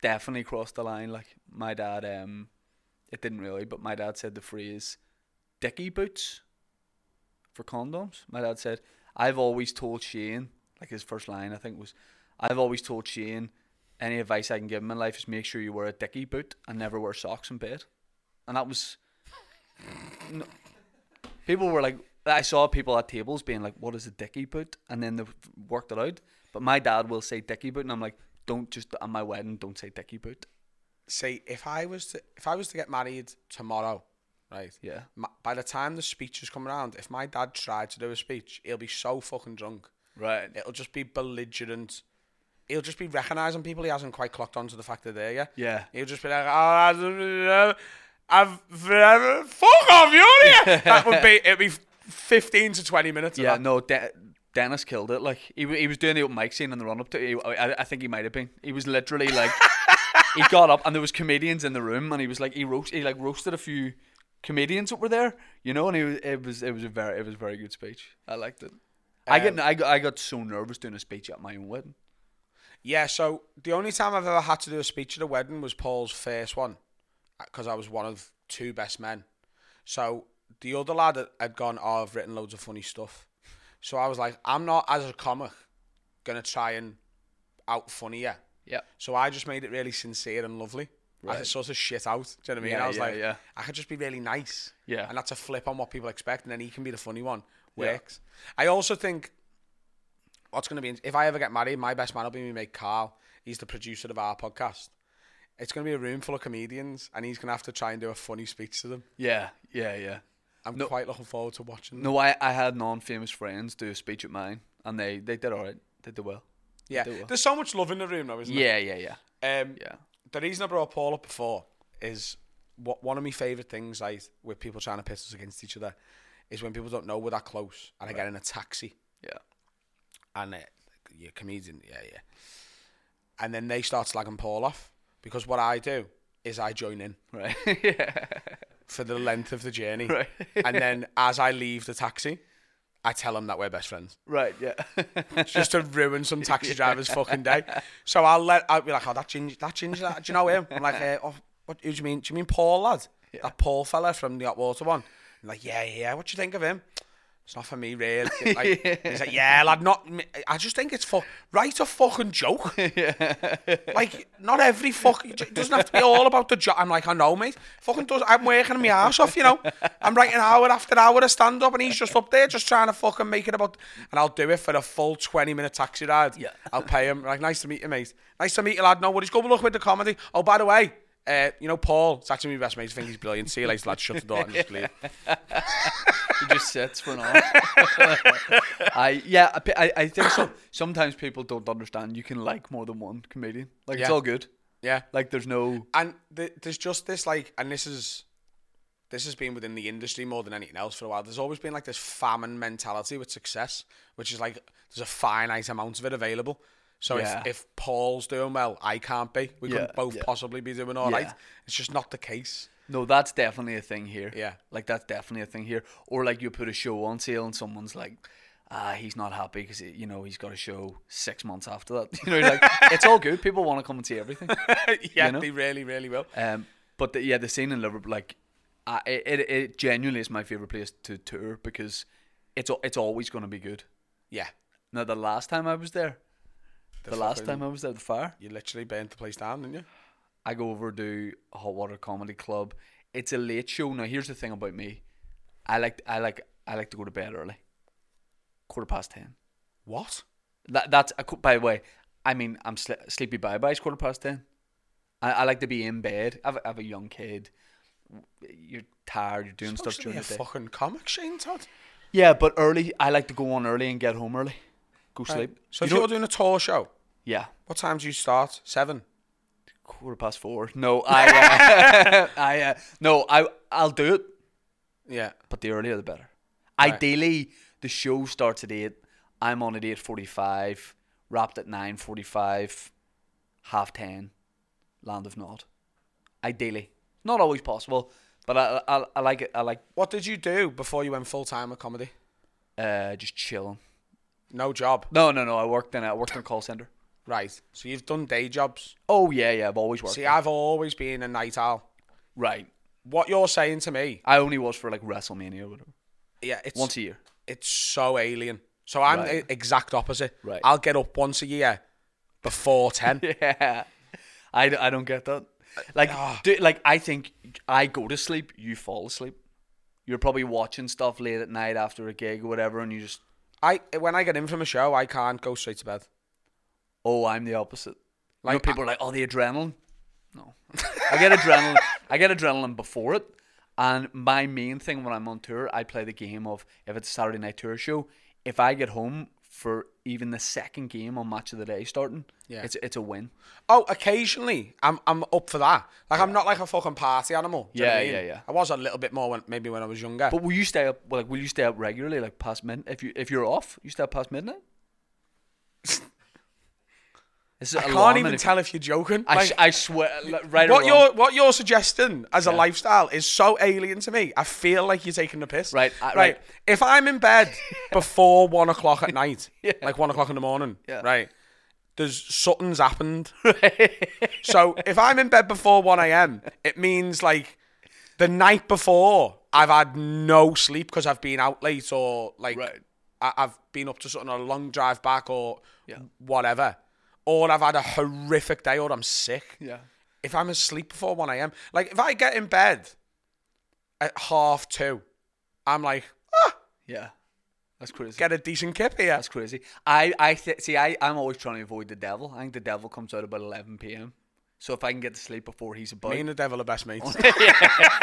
[SPEAKER 1] definitely crossed the line. Like my dad, um, it didn't really, but my dad said the phrase "dicky boots" for condoms. My dad said, "I've always told Shane." Like his first line, I think was, "I've always told Shane." Any advice I can give him in life is make sure you wear a dicky boot and never wear socks in bed. And that was people were like I saw people at tables being like, "What is a dicky boot?" and then they worked it out. But my dad will say dicky boot, and I'm like, "Don't just at my wedding, don't say dicky boot."
[SPEAKER 3] say if I was to if I was to get married tomorrow, right?
[SPEAKER 1] Yeah.
[SPEAKER 3] My, by the time the speeches come around, if my dad tried to do a speech, he'll be so fucking drunk.
[SPEAKER 1] Right.
[SPEAKER 3] It'll just be belligerent. He'll just be recognising people he hasn't quite clocked on to the fact that they're there yet.
[SPEAKER 1] Yeah.
[SPEAKER 3] He'll just be like, "Oh, I- I've forever fuck off, you're here. that would be it'd be fifteen to twenty minutes. of
[SPEAKER 1] Yeah,
[SPEAKER 3] that.
[SPEAKER 1] no, De- Dennis killed it. Like he wa- he was doing the open mic scene in the run up to. He, I, I think he might have been. He was literally like, he got up and there was comedians in the room, and he was like, he roast, he like roasted a few comedians that were there, you know, and he was, it was, it was a very, it was a very good speech. I liked it. I get, I got, I got so nervous doing a speech at my own wedding.
[SPEAKER 3] Yeah, so the only time I've ever had to do a speech at a wedding was Paul's first one because I was one of two best men. So the other lad had- had gone, Oh, I've written loads of funny stuff. So I was like, I'm not, as a comic, going to try and out funny you.
[SPEAKER 1] Yeah.
[SPEAKER 3] So I just made it really sincere and lovely. I
[SPEAKER 1] Right.
[SPEAKER 3] just sort of shit out. Do you know what I mean?
[SPEAKER 1] Yeah,
[SPEAKER 3] I was
[SPEAKER 1] yeah,
[SPEAKER 3] like,
[SPEAKER 1] yeah.
[SPEAKER 3] I could just be really nice.
[SPEAKER 1] Yeah.
[SPEAKER 3] And that's a flip on what people expect, and then he can be the funny one.
[SPEAKER 1] Yeah.
[SPEAKER 3] Works. I also think what's going to be if I ever get married, my best man will be my mate Carl. He's the producer of our podcast. It's going to be a room full of comedians, and he's going to have to try and do a funny speech to them.
[SPEAKER 1] Yeah, yeah, yeah.
[SPEAKER 3] I'm quite looking forward to watching.
[SPEAKER 1] No, I, I had non-famous friends do a speech at mine, and they, they did all right. They did well.
[SPEAKER 3] yeah,
[SPEAKER 1] do well.
[SPEAKER 3] there's so much love in the room, though, isn't
[SPEAKER 1] Yeah, yeah, yeah,
[SPEAKER 3] there? Um,
[SPEAKER 1] yeah.
[SPEAKER 3] the reason I brought Paul up before is what one of my favourite things I with people trying to piss us against each other is when people don't know we're that close and I get in a taxi
[SPEAKER 1] Yeah.
[SPEAKER 3] and uh, you're a comedian, yeah, yeah. And then they start slagging Paul off because what I do is I join in
[SPEAKER 1] Right. yeah.
[SPEAKER 3] for the length of the journey,
[SPEAKER 1] Right.
[SPEAKER 3] and then as I leave the taxi, I tell them that we're best friends.
[SPEAKER 1] Right. Yeah.
[SPEAKER 3] just to ruin some taxi driver's fucking day. So I'll let I'll be like, oh, that ginger, that ginger, lad, do you know him? I'm like, eh, oh, what who do you mean? Do you mean Paul lad? That Paul fella from the Hotwater one? I'm like, yeah, yeah. What do you think of him? It's not for me, really. Like, He's like, yeah, lad, not. me- I just think it's for write a fucking joke. Like, not every fuck. It doesn't have to be all about the job. I'm like, I know, mate. Fucking does. I'm working my ass off, you know. I'm writing hour after hour of stand up, and he's just up there just trying to fucking make it about. And I'll do it for a full 20 minute taxi ride.
[SPEAKER 1] Yeah.
[SPEAKER 3] I'll pay him. Like, nice to meet you, mate. Nice to meet you, lad. No worries. Good luck with the comedy. Oh, by the way, uh, you know, Paul, it's actually my best mate. I think he's brilliant. See you later, lad. Shut the door and just leave.
[SPEAKER 1] He just sits for an hour. I yeah, I, I- I think so. Sometimes people don't understand you can like more than one comedian. Like it's
[SPEAKER 3] Yeah.
[SPEAKER 1] all good.
[SPEAKER 3] Yeah.
[SPEAKER 1] Like there's no
[SPEAKER 3] and th- there's just this like and this is this has been within the industry more than anything else for a while there's always been like this famine mentality with success which is like there's a finite amount of it available so
[SPEAKER 1] Yeah.
[SPEAKER 3] if, if paul's doing well i can't be we
[SPEAKER 1] Yeah,
[SPEAKER 3] couldn't both
[SPEAKER 1] yeah.
[SPEAKER 3] possibly be doing all right.
[SPEAKER 1] Yeah.
[SPEAKER 3] it's just not the case
[SPEAKER 1] no. That's definitely a thing here.
[SPEAKER 3] Yeah.
[SPEAKER 1] like that's definitely a thing here. Or like you put a show on sale and someone's like. Ah, he's not happy because you know he's got a show six months after that. You know, like it's all good. People want to come and see everything.
[SPEAKER 3] yeah
[SPEAKER 1] know?
[SPEAKER 3] they really really will
[SPEAKER 1] Um, but the, yeah, the scene in Liverpool, like, I, it, it it genuinely is my favorite place to tour because it's al- it's always going to be good.
[SPEAKER 3] yeah
[SPEAKER 1] Now, the last time I was there, the, last
[SPEAKER 3] fucking-
[SPEAKER 1] time I was there, the fire,
[SPEAKER 3] you literally burnt the place down didn't you
[SPEAKER 1] I go over to Hot Water Comedy Club. It's a late show. Now, here's the thing about me, I like I like I like to go to bed early, quarter past ten.
[SPEAKER 3] what
[SPEAKER 1] That that's a, by the way. I mean, I'm sle- sleepy. Bye bye. It's quarter past ten. I, I like to be in bed. I've I've a young kid. You're tired. You're doing
[SPEAKER 3] Supposed
[SPEAKER 1] stuff
[SPEAKER 3] to be
[SPEAKER 1] during
[SPEAKER 3] a
[SPEAKER 1] the day.
[SPEAKER 3] fucking comic Shane Todd
[SPEAKER 1] Yeah, but early. I like to go on early and get home early. Go
[SPEAKER 3] Right.
[SPEAKER 1] sleep.
[SPEAKER 3] so
[SPEAKER 1] You
[SPEAKER 3] if
[SPEAKER 1] know-
[SPEAKER 3] you're doing a tour show
[SPEAKER 1] yeah,
[SPEAKER 3] what time do you start seven
[SPEAKER 1] quarter past four. No, I, uh, I, uh, no, I, I'll do it.
[SPEAKER 3] yeah
[SPEAKER 1] But the earlier the better. Ideally, the show starts at eight. I'm on at eight forty-five. Wrapped at nine forty-five. Half ten. Land of Nod. Ideally, not always possible, but I, I, I like it. I like
[SPEAKER 3] what did you do before you went full time with comedy
[SPEAKER 1] uh, just chilling.
[SPEAKER 3] No job.
[SPEAKER 1] No, no, no. I worked in a, I worked in a call center.
[SPEAKER 3] Right. So you've done day jobs.
[SPEAKER 1] Oh yeah, yeah. I've always worked.
[SPEAKER 3] See, I've always been a night owl.
[SPEAKER 1] right.
[SPEAKER 3] What you're saying to me,
[SPEAKER 1] I only was for like WrestleMania or whatever.
[SPEAKER 3] yeah, it's
[SPEAKER 1] Once a year.
[SPEAKER 3] it's so alien. So I'm
[SPEAKER 1] Right.
[SPEAKER 3] the exact opposite.
[SPEAKER 1] Right.
[SPEAKER 3] I'll get up once a year before ten.
[SPEAKER 1] Yeah. I, d- I don't get that. Like,
[SPEAKER 3] Ah.
[SPEAKER 1] do, like I think I go to sleep, you fall asleep. You're probably watching stuff late at night after a gig or whatever, and you just,
[SPEAKER 3] I when I get in from a show, I can't go straight to bed.
[SPEAKER 1] oh, I'm the opposite. Like,
[SPEAKER 3] Like,
[SPEAKER 1] people are like, oh, the adrenaline. No. I get adrenaline. I get adrenaline before it. And my main thing when I'm on tour, I play the game of if it's a Saturday night tour show, if I get home for even the second game on match of the day starting,
[SPEAKER 3] Yeah.
[SPEAKER 1] it's it's a win.
[SPEAKER 3] Oh, occasionally I'm I'm up for that. Like I'm not like a fucking party animal. do you know what I
[SPEAKER 1] Yeah,
[SPEAKER 3] mean?
[SPEAKER 1] yeah, yeah.
[SPEAKER 3] I was a little bit more when maybe when I was younger.
[SPEAKER 1] But will you stay up? Like, will you stay up regularly, like past mid? If you if you're off, you stay up past midnight. This is
[SPEAKER 3] I can't
[SPEAKER 1] alarming
[SPEAKER 3] even
[SPEAKER 1] if-
[SPEAKER 3] tell if you're joking.
[SPEAKER 1] I,
[SPEAKER 3] Like,
[SPEAKER 1] s- I swear, like, right
[SPEAKER 3] what
[SPEAKER 1] or wrong.
[SPEAKER 3] you're what you're suggesting as a lifestyle is so alien to me. I feel like you're taking the piss.
[SPEAKER 1] Right, I- right.
[SPEAKER 3] If I'm in bed before one o'clock at night, like one o'clock in the morning,
[SPEAKER 1] Yeah.
[SPEAKER 3] right? There's something's happened. so if I'm in bed before one a.m., it means like the night before I've had no sleep because I've been out late or like
[SPEAKER 1] Right.
[SPEAKER 3] I- I've been up to something on a long drive back or whatever. Or I've had a horrific day or I'm sick
[SPEAKER 1] yeah,
[SPEAKER 3] if I'm asleep before 1 a.m., like if I get in bed at half two, I'm like, ah,
[SPEAKER 1] yeah, that's crazy.
[SPEAKER 3] get a decent kip here.
[SPEAKER 1] That's crazy. I I th- see. I I'm always trying to avoid the devil. I think the devil comes out about 11 p.m. So if I can get to sleep before he's about,
[SPEAKER 3] Me and the devil are best mates.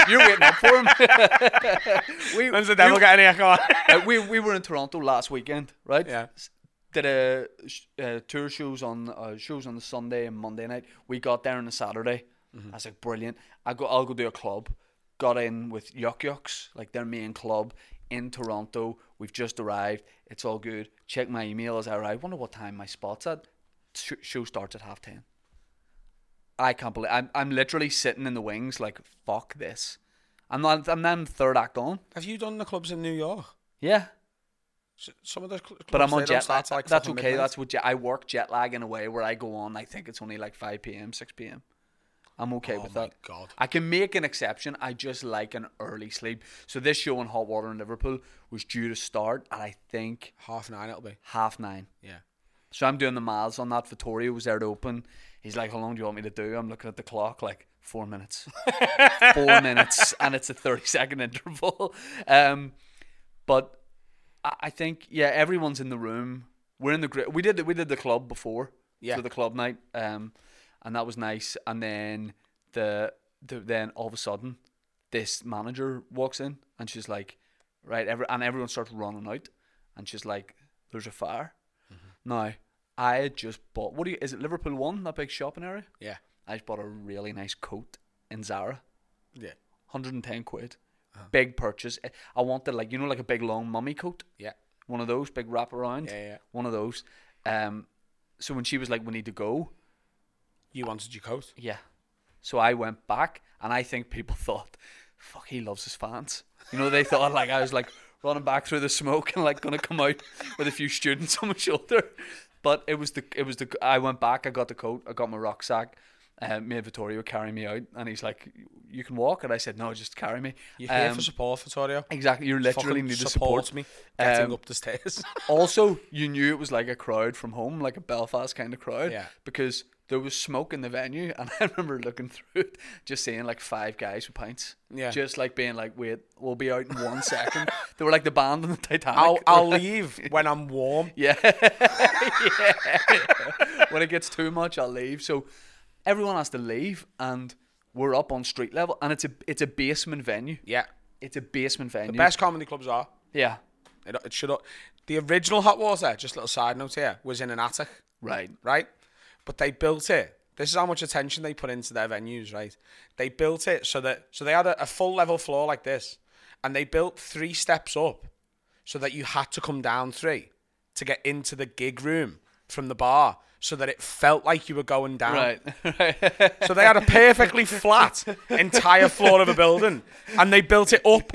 [SPEAKER 1] you're waiting up for him. we,
[SPEAKER 3] When's the devil getting here? Come on.
[SPEAKER 1] uh, we we were in Toronto last weekend, right?
[SPEAKER 3] Yeah.
[SPEAKER 1] S- Did a sh- uh, tour shows on uh, shows on the Sunday and Monday night. We got there on the Saturday. I was like, brilliant. I go, I'll go do a club. Got in with Yuck Yucks, like their main club in Toronto. We've just arrived. It's all good. Check my email as I arrive. Wonder what time my spot's at. Sh- show starts at half ten. I can't believe I'm I'm literally sitting in the wings like fuck this. I'm not I'm then third act on.
[SPEAKER 3] Have you done the clubs in New York?
[SPEAKER 1] Yeah.
[SPEAKER 3] S- Some of the cl- clubs
[SPEAKER 1] But I'm on
[SPEAKER 3] they don't
[SPEAKER 1] jet lag.
[SPEAKER 3] start till, like,
[SPEAKER 1] that's
[SPEAKER 3] fucking
[SPEAKER 1] okay.
[SPEAKER 3] midnight.
[SPEAKER 1] That's what jet, I work jet lag in a way where I go on. I think it's only like 5 p.m., 6 p.m. I'm okay
[SPEAKER 3] Oh
[SPEAKER 1] with
[SPEAKER 3] my
[SPEAKER 1] that.
[SPEAKER 3] God.
[SPEAKER 1] I can make an exception. I just like an early sleep. So this show in Hot Water in Liverpool was due to start at I think
[SPEAKER 3] half nine. It'll be
[SPEAKER 1] half nine.
[SPEAKER 3] yeah.
[SPEAKER 1] So I'm doing the miles on that. Vittorio was there to open. He's like, "How long do you want me to do?" I'm looking at the clock, like four minutes, four minutes, and it's a thirty second interval. Um, but I, I think yeah, everyone's in the room. We're in the group. We did the, we did the club before,
[SPEAKER 3] Yeah.
[SPEAKER 1] so the club night, um, and that was nice. And then the, the then all of a sudden, this manager walks in and she's like, right, every, and everyone starts running out, and she's like, there's a fire. Now, I had just bought. What do you? Is it Liverpool One? That big shopping area.
[SPEAKER 3] Yeah.
[SPEAKER 1] I just bought a really nice coat in Zara,
[SPEAKER 3] Yeah.
[SPEAKER 1] hundred and ten quid.
[SPEAKER 3] Uh-huh.
[SPEAKER 1] Big purchase. I- I wanted like you know like a big long mummy coat,
[SPEAKER 3] Yeah.
[SPEAKER 1] one of those big wrap around.
[SPEAKER 3] Yeah, yeah.
[SPEAKER 1] One of those. Um, so when she was like, "We need to go,"
[SPEAKER 3] You wanted your coat.
[SPEAKER 1] Yeah. So I went back, and I think people thought, "Fuck, he loves his fans." You know, they thought like I was like running back through the smoke and like gonna come out with a few students on my shoulder. But it was the it was the I went back. I got the coat. I got my rucksack. Uh, me and Vittorio carry me out, and he's like, "You can walk," and I said, "No, just carry me."
[SPEAKER 3] You're here
[SPEAKER 1] Um,
[SPEAKER 3] for support, Vittorio.
[SPEAKER 1] exactly. You literally
[SPEAKER 3] Fucking
[SPEAKER 1] need the
[SPEAKER 3] supports
[SPEAKER 1] support.
[SPEAKER 3] me getting
[SPEAKER 1] Um,
[SPEAKER 3] up the stairs.
[SPEAKER 1] Also, you knew it was like a crowd from home, like a Belfast kind of crowd,
[SPEAKER 3] Yeah.
[SPEAKER 1] because there was smoke in the venue, and I remember looking through it, just seeing like five guys with pints,
[SPEAKER 3] Yeah.
[SPEAKER 1] just like being like, "Wait, we'll be out in one second. They were like the band on the Titanic.
[SPEAKER 3] I'll I'll leave when I'm warm.
[SPEAKER 1] yeah, yeah. when it gets too much, I'll leave. So everyone has to leave, and we're up on street level, and it's a it's a basement venue.
[SPEAKER 3] Yeah.
[SPEAKER 1] It's a basement venue.
[SPEAKER 3] Best comedy clubs are.
[SPEAKER 1] Yeah,
[SPEAKER 3] It, it should. The original hot water, just a little side note here, was in an attic,
[SPEAKER 1] right.
[SPEAKER 3] right? But they built it. This is how much attention they put into their venues, right? They built it so that so they had a, a full level floor like this, and they built three steps up, so that you had to come down three to get into the gig room from the bar, so that it felt like you were going down.
[SPEAKER 1] Right, right.
[SPEAKER 3] So they had a perfectly flat entire floor of a building, and they built it up.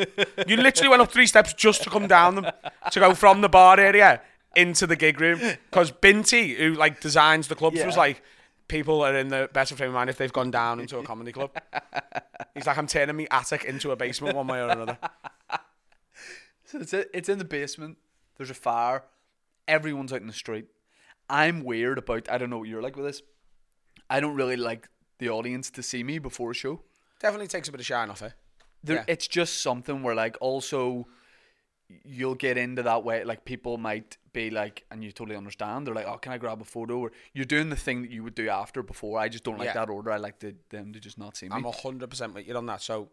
[SPEAKER 3] You literally went up three steps just to come down them to go from the bar area into the gig room. Because Binti, who like designs the clubs, was
[SPEAKER 1] Yeah.
[SPEAKER 3] like, people are in the best of frame of mind if they've gone down into a comedy club. He's like, I'm turning me attic into a basement one way or another.
[SPEAKER 1] So it's i- it's in the basement. There's a fire. Everyone's out in the street. I'm weird about. I don't know what you're like with this. I don't really like the audience to see me before a show.
[SPEAKER 3] Definitely takes a bit of shine off it.
[SPEAKER 1] There,
[SPEAKER 3] Yeah.
[SPEAKER 1] It's just something where like also you'll get into that way. Like people might be like, and you totally understand. They're like, "Oh, can I grab a photo?" Or you're doing the thing that you would do after before. I just don't like
[SPEAKER 3] Yeah.
[SPEAKER 1] that order. I like to, them to just not see me.
[SPEAKER 3] I'm hundred percent with you on that. So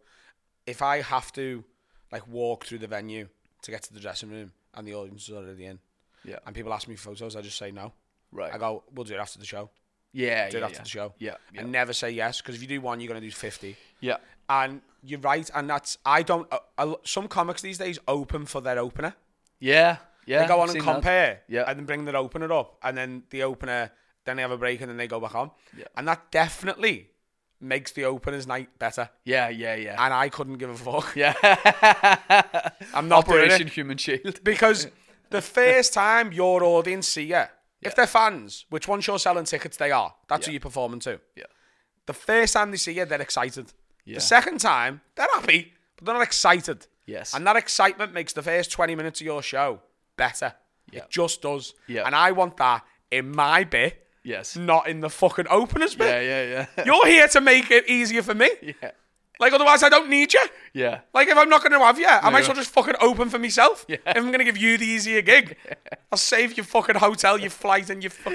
[SPEAKER 3] if I have to like walk through the venue to get to the dressing room and the audience is already in,
[SPEAKER 1] Yeah.
[SPEAKER 3] and people ask me for photos, I just say no.
[SPEAKER 1] right.
[SPEAKER 3] I go, we'll do it after the show.
[SPEAKER 1] yeah.
[SPEAKER 3] Do it
[SPEAKER 1] yeah,
[SPEAKER 3] after
[SPEAKER 1] yeah.
[SPEAKER 3] the show.
[SPEAKER 1] Yeah.
[SPEAKER 3] I
[SPEAKER 1] Yeah.
[SPEAKER 3] never say yes because if you do one, you're gonna do fifty.
[SPEAKER 1] yeah.
[SPEAKER 3] And you're right, and that's I don't. Uh, uh, some comics these days open for their opener.
[SPEAKER 1] Yeah. Yeah.
[SPEAKER 3] They go on
[SPEAKER 1] I've
[SPEAKER 3] and
[SPEAKER 1] seen that.
[SPEAKER 3] compare,
[SPEAKER 1] Yeah.
[SPEAKER 3] and then bring their opener up, and then the opener, then they have a break, and then they go back on.
[SPEAKER 1] Yeah.
[SPEAKER 3] And that definitely makes the opener's night better.
[SPEAKER 1] Yeah. Yeah. Yeah.
[SPEAKER 3] And I couldn't give a fuck.
[SPEAKER 1] yeah.
[SPEAKER 3] I'm not doing it.
[SPEAKER 1] Operation Human Shield.
[SPEAKER 3] Because the first time your audience see you, if they're fans, which once you're selling tickets, they are. That's who
[SPEAKER 1] Yeah.
[SPEAKER 3] you're performing to.
[SPEAKER 1] Yeah.
[SPEAKER 3] The first time they see you, they're excited.
[SPEAKER 1] Yeah.
[SPEAKER 3] The second time, they're happy, but they're not excited.
[SPEAKER 1] Yes.
[SPEAKER 3] And that excitement makes the first 20 minutes of your show better.
[SPEAKER 1] Yeah.
[SPEAKER 3] It just does.
[SPEAKER 1] Yeah.
[SPEAKER 3] And I want that in my bit,
[SPEAKER 1] yes.
[SPEAKER 3] not in the fucking opener's bit.
[SPEAKER 1] Yeah. Yeah. Yeah.
[SPEAKER 3] You're here to make it easier for me.
[SPEAKER 1] yeah.
[SPEAKER 3] Like, otherwise, I don't need you.
[SPEAKER 1] Yeah.
[SPEAKER 3] Like, if I'm not going to have you, I might as
[SPEAKER 1] No.
[SPEAKER 3] well just fucking open for myself. If I'm going to give you the easier gig, I'll save your fucking hotel, your flight, and your. Fu-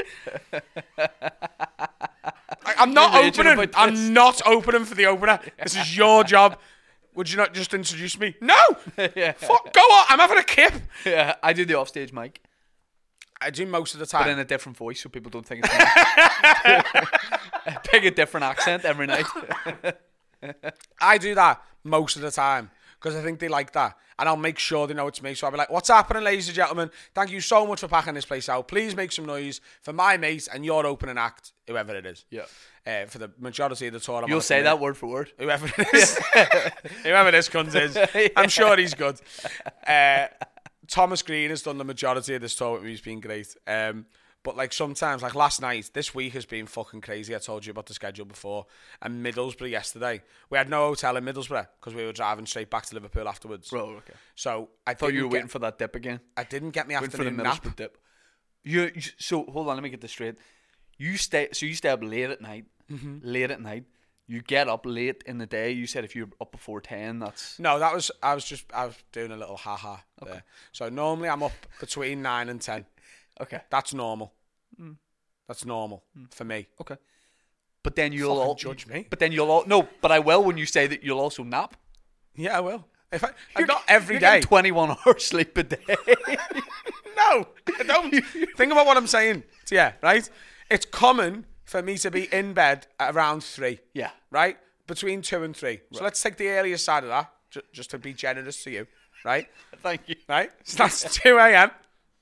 [SPEAKER 3] Like, I'm not
[SPEAKER 1] You're raging
[SPEAKER 3] opening.
[SPEAKER 1] about this.
[SPEAKER 3] I'm not opening for the opener. This is your job. Would you not just introduce me? No. Fuck, go on. I'm having a kip.
[SPEAKER 1] Yeah. I do the offstage mic.
[SPEAKER 3] I do most of the
[SPEAKER 1] but
[SPEAKER 3] time.
[SPEAKER 1] in a different voice so people don't think it's me. I pick a different accent every night.
[SPEAKER 3] I do that most of the time because I think they like that. And I'll make sure they know it's me. So I'll be like, what's happening, ladies and gentlemen? Thank you so much for packing this place out. Please make some noise for my mate and your opening act, whoever it is.
[SPEAKER 1] Yeah.
[SPEAKER 3] Uh, for the majority of the tour. I'm on
[SPEAKER 1] You'll
[SPEAKER 3] at
[SPEAKER 1] say
[SPEAKER 3] the minute.
[SPEAKER 1] that word for word.
[SPEAKER 3] Whoever it is. whoever this cunt is. I'm sure he's good. Uh, Thomas Green has done the majority of this tour with me. He's been great. Um, but like sometimes, like last night, this week has been fucking crazy. I told you about the schedule before. And Middlesbrough yesterday, we had no hotel in Middlesbrough because we were driving straight back to Liverpool afterwards.
[SPEAKER 1] Bro, okay.
[SPEAKER 3] So I
[SPEAKER 1] Thought you were
[SPEAKER 3] didn't get-
[SPEAKER 1] waiting for that dip again.
[SPEAKER 3] I didn't get my
[SPEAKER 1] Waiting for the
[SPEAKER 3] afternoon nap.
[SPEAKER 1] Middlesbrough dip. You, you so hold on, let me get this straight. You stay so you stay up late at night. Late at night. You get up late in the day. You said if you're up before ten, that's
[SPEAKER 3] No, that was I was just I was doing a little ha ha there. So normally I'm up between nine and ten.
[SPEAKER 1] okay.
[SPEAKER 3] That's normal. Mm. That's normal for me.
[SPEAKER 1] Okay. But then you'll
[SPEAKER 3] Fucking
[SPEAKER 1] all
[SPEAKER 3] judge me.
[SPEAKER 1] But then you'll all no. But I will when you say that you'll also nap.
[SPEAKER 3] Yeah, I will. If I, I'm not every day.
[SPEAKER 1] Twenty one hours sleep a day.
[SPEAKER 3] no, I don't. Think about what I'm saying. So, yeah, right. It's common for me to be in bed at around three.
[SPEAKER 1] Yeah.
[SPEAKER 3] Right. Between two and three. So let's take the earlier side of that, ju- just to be generous to you. Right.
[SPEAKER 1] Thank you.
[SPEAKER 3] Right. So that's two a.m.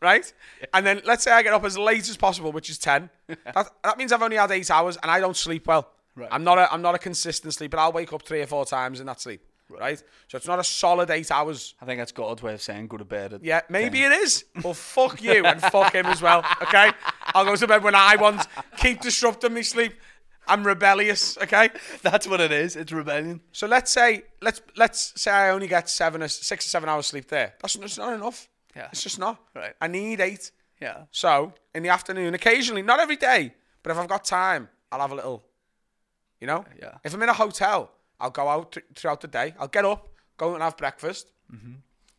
[SPEAKER 3] Right. And then let's say I get up as late as possible, which is ten. That, that means I've only had eight hours, and I don't sleep well.
[SPEAKER 1] Right.
[SPEAKER 3] I'm not a I'm not a consistent sleeper. I'll wake up three or four times in that sleep. right? So it's not a solid eight hours.
[SPEAKER 1] I think that's God's way of saying go to bed. At
[SPEAKER 3] Yeah, maybe it is. Well, fuck you and fuck him as well. Okay, I'll go to bed when I want. Keep disrupting me sleep. I'm rebellious. Okay,
[SPEAKER 1] That's what it is. It's rebellion.
[SPEAKER 3] so let's say let's let's say I only get seven or six or seven hours sleep there. That's, that's not enough.
[SPEAKER 1] Yeah.
[SPEAKER 3] it's just not.
[SPEAKER 1] Right.
[SPEAKER 3] I need eight.
[SPEAKER 1] Yeah.
[SPEAKER 3] So in the afternoon, occasionally, not every day, but if I've got time, I'll have a little. You know.
[SPEAKER 1] Yeah.
[SPEAKER 3] If I'm in a hotel, I'll go out th- throughout the day. I'll get up, go and have breakfast.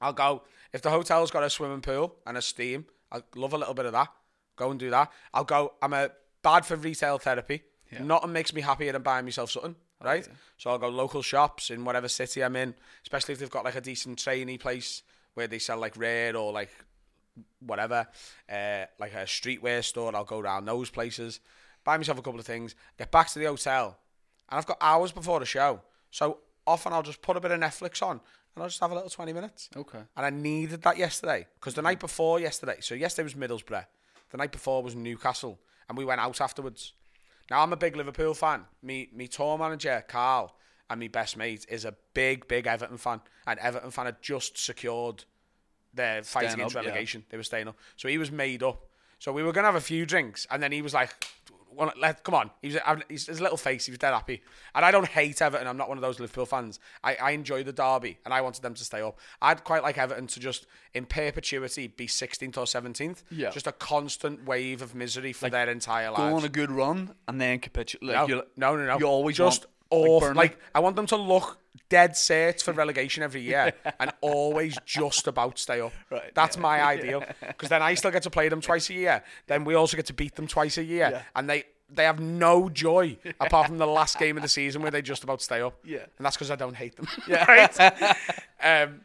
[SPEAKER 3] I'll go if the hotel's got a swimming pool and a steam. I love a little bit of that. Go and do that. I'll go. I'm a bad for retail therapy. Nothing makes me happier than buying myself something, right? So I'll go local shops in whatever city I'm in, especially if they've got like a decent trainee place where they sell like rare or like whatever, uh, like a streetwear store. I'll go around those places, buy myself a couple of things, get back to the hotel, and I've got hours before the show. So often I'll just put a bit of Netflix on and I'll just have a little 20 minutes.
[SPEAKER 1] Okay.
[SPEAKER 3] And I needed that yesterday because the night before yesterday, so yesterday was Middlesbrough, the night before was Newcastle, and we went out afterwards. Now I'm a big Liverpool fan. Me, me tour manager Carl and my best mate is a big, big Everton fan, and Everton fan had just secured their fight
[SPEAKER 1] Staying
[SPEAKER 3] against
[SPEAKER 1] up, yeah.
[SPEAKER 3] relegation. They were staying up, so he was made up. So we were gonna have a few drinks, and then he was like, "Wanna- "Let come on." He was I- his, his little face. He was dead happy. And I don't hate Everton. I'm not one of those Liverpool fans. I, I enjoy the derby, and I wanted them to stay up. I'd quite like Everton to just, in perpetuity, be 16th or 17th.
[SPEAKER 1] Yeah.
[SPEAKER 3] Just a constant wave of misery for their entire
[SPEAKER 1] Go on
[SPEAKER 3] lives.
[SPEAKER 1] a good run and then capitulate.
[SPEAKER 3] No,
[SPEAKER 1] you
[SPEAKER 3] no, no, no.
[SPEAKER 1] You always
[SPEAKER 3] just
[SPEAKER 1] want,
[SPEAKER 3] awful.
[SPEAKER 1] Burnley.
[SPEAKER 3] Like, I want them to look dead certs for relegation every year and always just about stay up.
[SPEAKER 1] Right,
[SPEAKER 3] That's my ideal. Because then I still get to play them twice a year. Then we also get to beat them twice a year.
[SPEAKER 1] Yeah.
[SPEAKER 3] And they, they have no joy apart from the last game of the season where they just about stay up.
[SPEAKER 1] Yeah.
[SPEAKER 3] And that's because I don't hate them.
[SPEAKER 1] Yeah.
[SPEAKER 3] right? Um,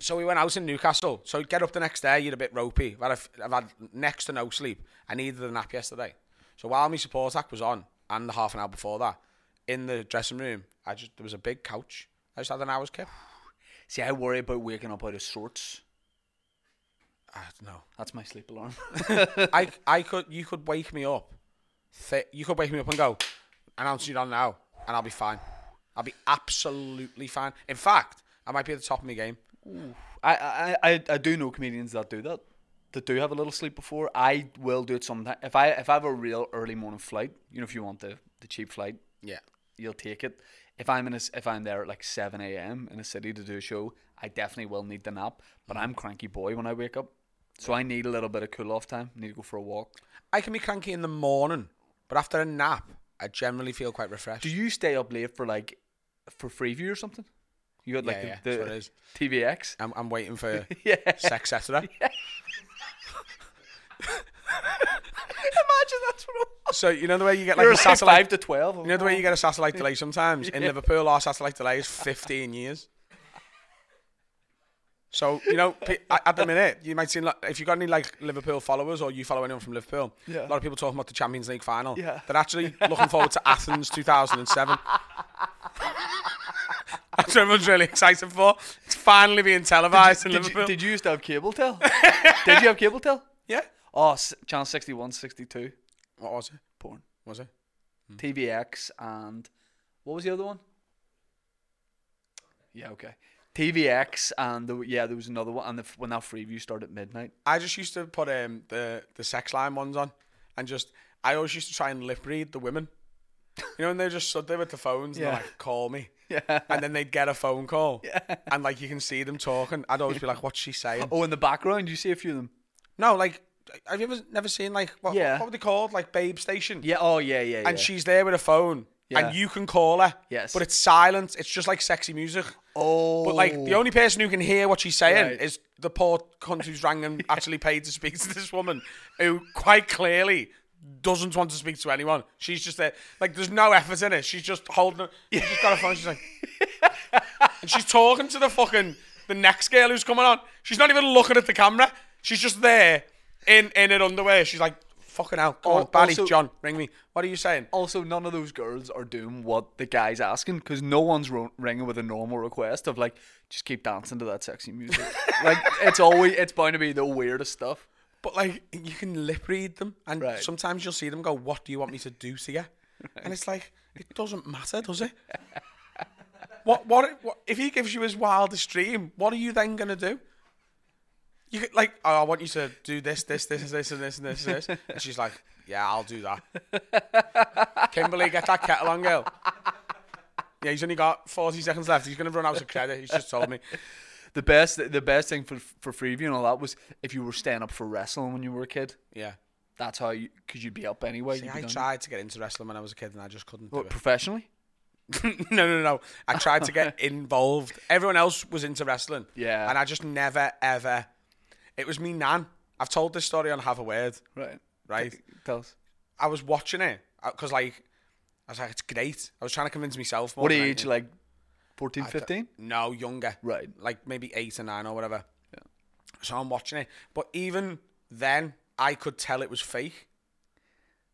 [SPEAKER 3] so we went out in Newcastle. So get up the next day, you're a bit ropey. I've had, a f- I've had next to no sleep. I needed a nap yesterday. So while my support act was on, and the half an hour before that, in the dressing room, I just there was a big couch. I just had an hour's kip.
[SPEAKER 1] See, I worry about waking up out of sorts.
[SPEAKER 3] I don't know.
[SPEAKER 1] That's my sleep alarm.
[SPEAKER 3] I, I could, you could wake me up. Th- you could wake me up and go, announce you're on now, and I'll be fine. I'll be absolutely fine. In fact, I might be at the top of my game.
[SPEAKER 1] I, I, I, I do know comedians that do that. That do have a little sleep before. I will do it sometime. If I if I have a real early morning flight, you know, if you want the, the cheap flight,
[SPEAKER 3] Yeah.
[SPEAKER 1] you'll take it. If I'm in a, s- if I'm there at like seven a.m. in a city to do a show, I definitely will need the nap. But I'm cranky boy when I wake up, so I need a little bit of cool off time. Need to go for a walk.
[SPEAKER 3] I can be cranky in the morning, but after a nap, I generally feel quite refreshed.
[SPEAKER 1] Do you stay up late for like for Freeview or something? You got like
[SPEAKER 3] Yeah, yeah,
[SPEAKER 1] the,
[SPEAKER 3] that's
[SPEAKER 1] the
[SPEAKER 3] what it is.
[SPEAKER 1] TVX.
[SPEAKER 3] I'm, I'm waiting for
[SPEAKER 1] Yeah.
[SPEAKER 3] sex etc.
[SPEAKER 1] Imagine that's what. I'm-
[SPEAKER 3] So you know the way you get like
[SPEAKER 1] You're
[SPEAKER 3] a
[SPEAKER 1] like
[SPEAKER 3] satellite.
[SPEAKER 1] five to twelve.
[SPEAKER 3] You know the way you get a satellite delay sometimes. In Liverpool, our satellite delay is 15 years. So you know, pe- at at the minute, you might see like, if you've got any like Liverpool followers or you follow anyone from Liverpool,
[SPEAKER 1] Yeah.
[SPEAKER 3] a lot of people talking about the Champions League final.
[SPEAKER 1] Yeah.
[SPEAKER 3] They're actually looking forward to Athens 2007. That's what everyone's really excited for. It's finally being televised in
[SPEAKER 1] did
[SPEAKER 3] Liverpool.
[SPEAKER 1] You, did you used to have cable tel? did you have cable tel?
[SPEAKER 3] yeah.
[SPEAKER 1] Oh, s- channel 61, 62,
[SPEAKER 3] What was it?
[SPEAKER 1] porn,
[SPEAKER 3] Was it?
[SPEAKER 1] TVX, and what was the other one? Yeah, okay. TVX and the, yeah, there was another one, and the, f- when that Freeview started at midnight.
[SPEAKER 3] I just used to put um, the the sex line ones on, and just I always used to try and lip read the women. You know, and they just stood there with the phones and
[SPEAKER 1] Yeah.
[SPEAKER 3] they're like, "Call me,"
[SPEAKER 1] Yeah.
[SPEAKER 3] and then they'd get a phone call, and like you can see them talking. I'd always be like, "What's she saying?"
[SPEAKER 1] Oh, in the background, you see a few of them.
[SPEAKER 3] No, like, have you ever never seen like what,
[SPEAKER 1] Yeah.
[SPEAKER 3] what were they called? Like Babe Station,
[SPEAKER 1] Yeah. Oh, yeah, yeah.
[SPEAKER 3] and
[SPEAKER 1] yeah.
[SPEAKER 3] she's there with a phone,
[SPEAKER 1] Yeah.
[SPEAKER 3] and you can call her,
[SPEAKER 1] Yes.
[SPEAKER 3] but it's silent. It's just like sexy music.
[SPEAKER 1] Oh.
[SPEAKER 3] But like the only person who can hear what she's saying
[SPEAKER 1] Right.
[SPEAKER 3] is the poor cunt who's rang and actually paid to speak to this woman, who quite clearly doesn't want to speak to anyone. She's just there, like there's no effort in it. She's just holding. Her, she's just got a phone. She's like, and she's talking to the fucking the next girl who's coming on. She's not even looking at the camera. She's just there in in her underwear. She's like, fucking hell, come
[SPEAKER 1] Al-
[SPEAKER 3] on, Barry,
[SPEAKER 1] also-
[SPEAKER 3] John, ring me. What are you saying?
[SPEAKER 1] Also, none of those girls are doing what the guy's asking because no one's ro- ringing with a normal request of like, just keep dancing to that sexy music. like, it's always it's bound to be the weirdest stuff.
[SPEAKER 3] But like you can lip read them, and
[SPEAKER 1] Right.
[SPEAKER 3] sometimes you'll see them go, "What do you want me to do to you?" And it's like it doesn't matter, does it? what, what what if he gives you his wildest dream? What are you then gonna do? You could, like, oh, I want you to do this, this, this, this, and this, and this, and this. And she's like, "Yeah, I'll do that." Kimberly, get that kettle on, girl. Yeah, he's only got forty seconds left. He's gonna run out of credit. He's just told me.
[SPEAKER 1] The best the best thing for for Freeview and all that was if you were staying up for wrestling when you were a kid.
[SPEAKER 3] Yeah.
[SPEAKER 1] That's how you because you'd be up anyway.
[SPEAKER 3] See,
[SPEAKER 1] you'd be
[SPEAKER 3] I
[SPEAKER 1] done.
[SPEAKER 3] tried to get into wrestling when I was a kid, and I just couldn't do
[SPEAKER 1] What,
[SPEAKER 3] it.
[SPEAKER 1] professionally.
[SPEAKER 3] no, no, no. I tried to get involved. Everyone else was into wrestling.
[SPEAKER 1] Yeah.
[SPEAKER 3] And I just never, ever. It was me nan. I've told this story on Have a Word,
[SPEAKER 1] Right.
[SPEAKER 3] right?
[SPEAKER 1] Tell us.
[SPEAKER 3] I was watching it because, like, I was like, it's great. I was trying to convince myself. More
[SPEAKER 1] What
[SPEAKER 3] than
[SPEAKER 1] age?
[SPEAKER 3] anything.
[SPEAKER 1] Like 14, 15?
[SPEAKER 3] No, younger.
[SPEAKER 1] Right.
[SPEAKER 3] Like maybe eight or nine or whatever. So I'm watching it. But even then, I could tell it was fake.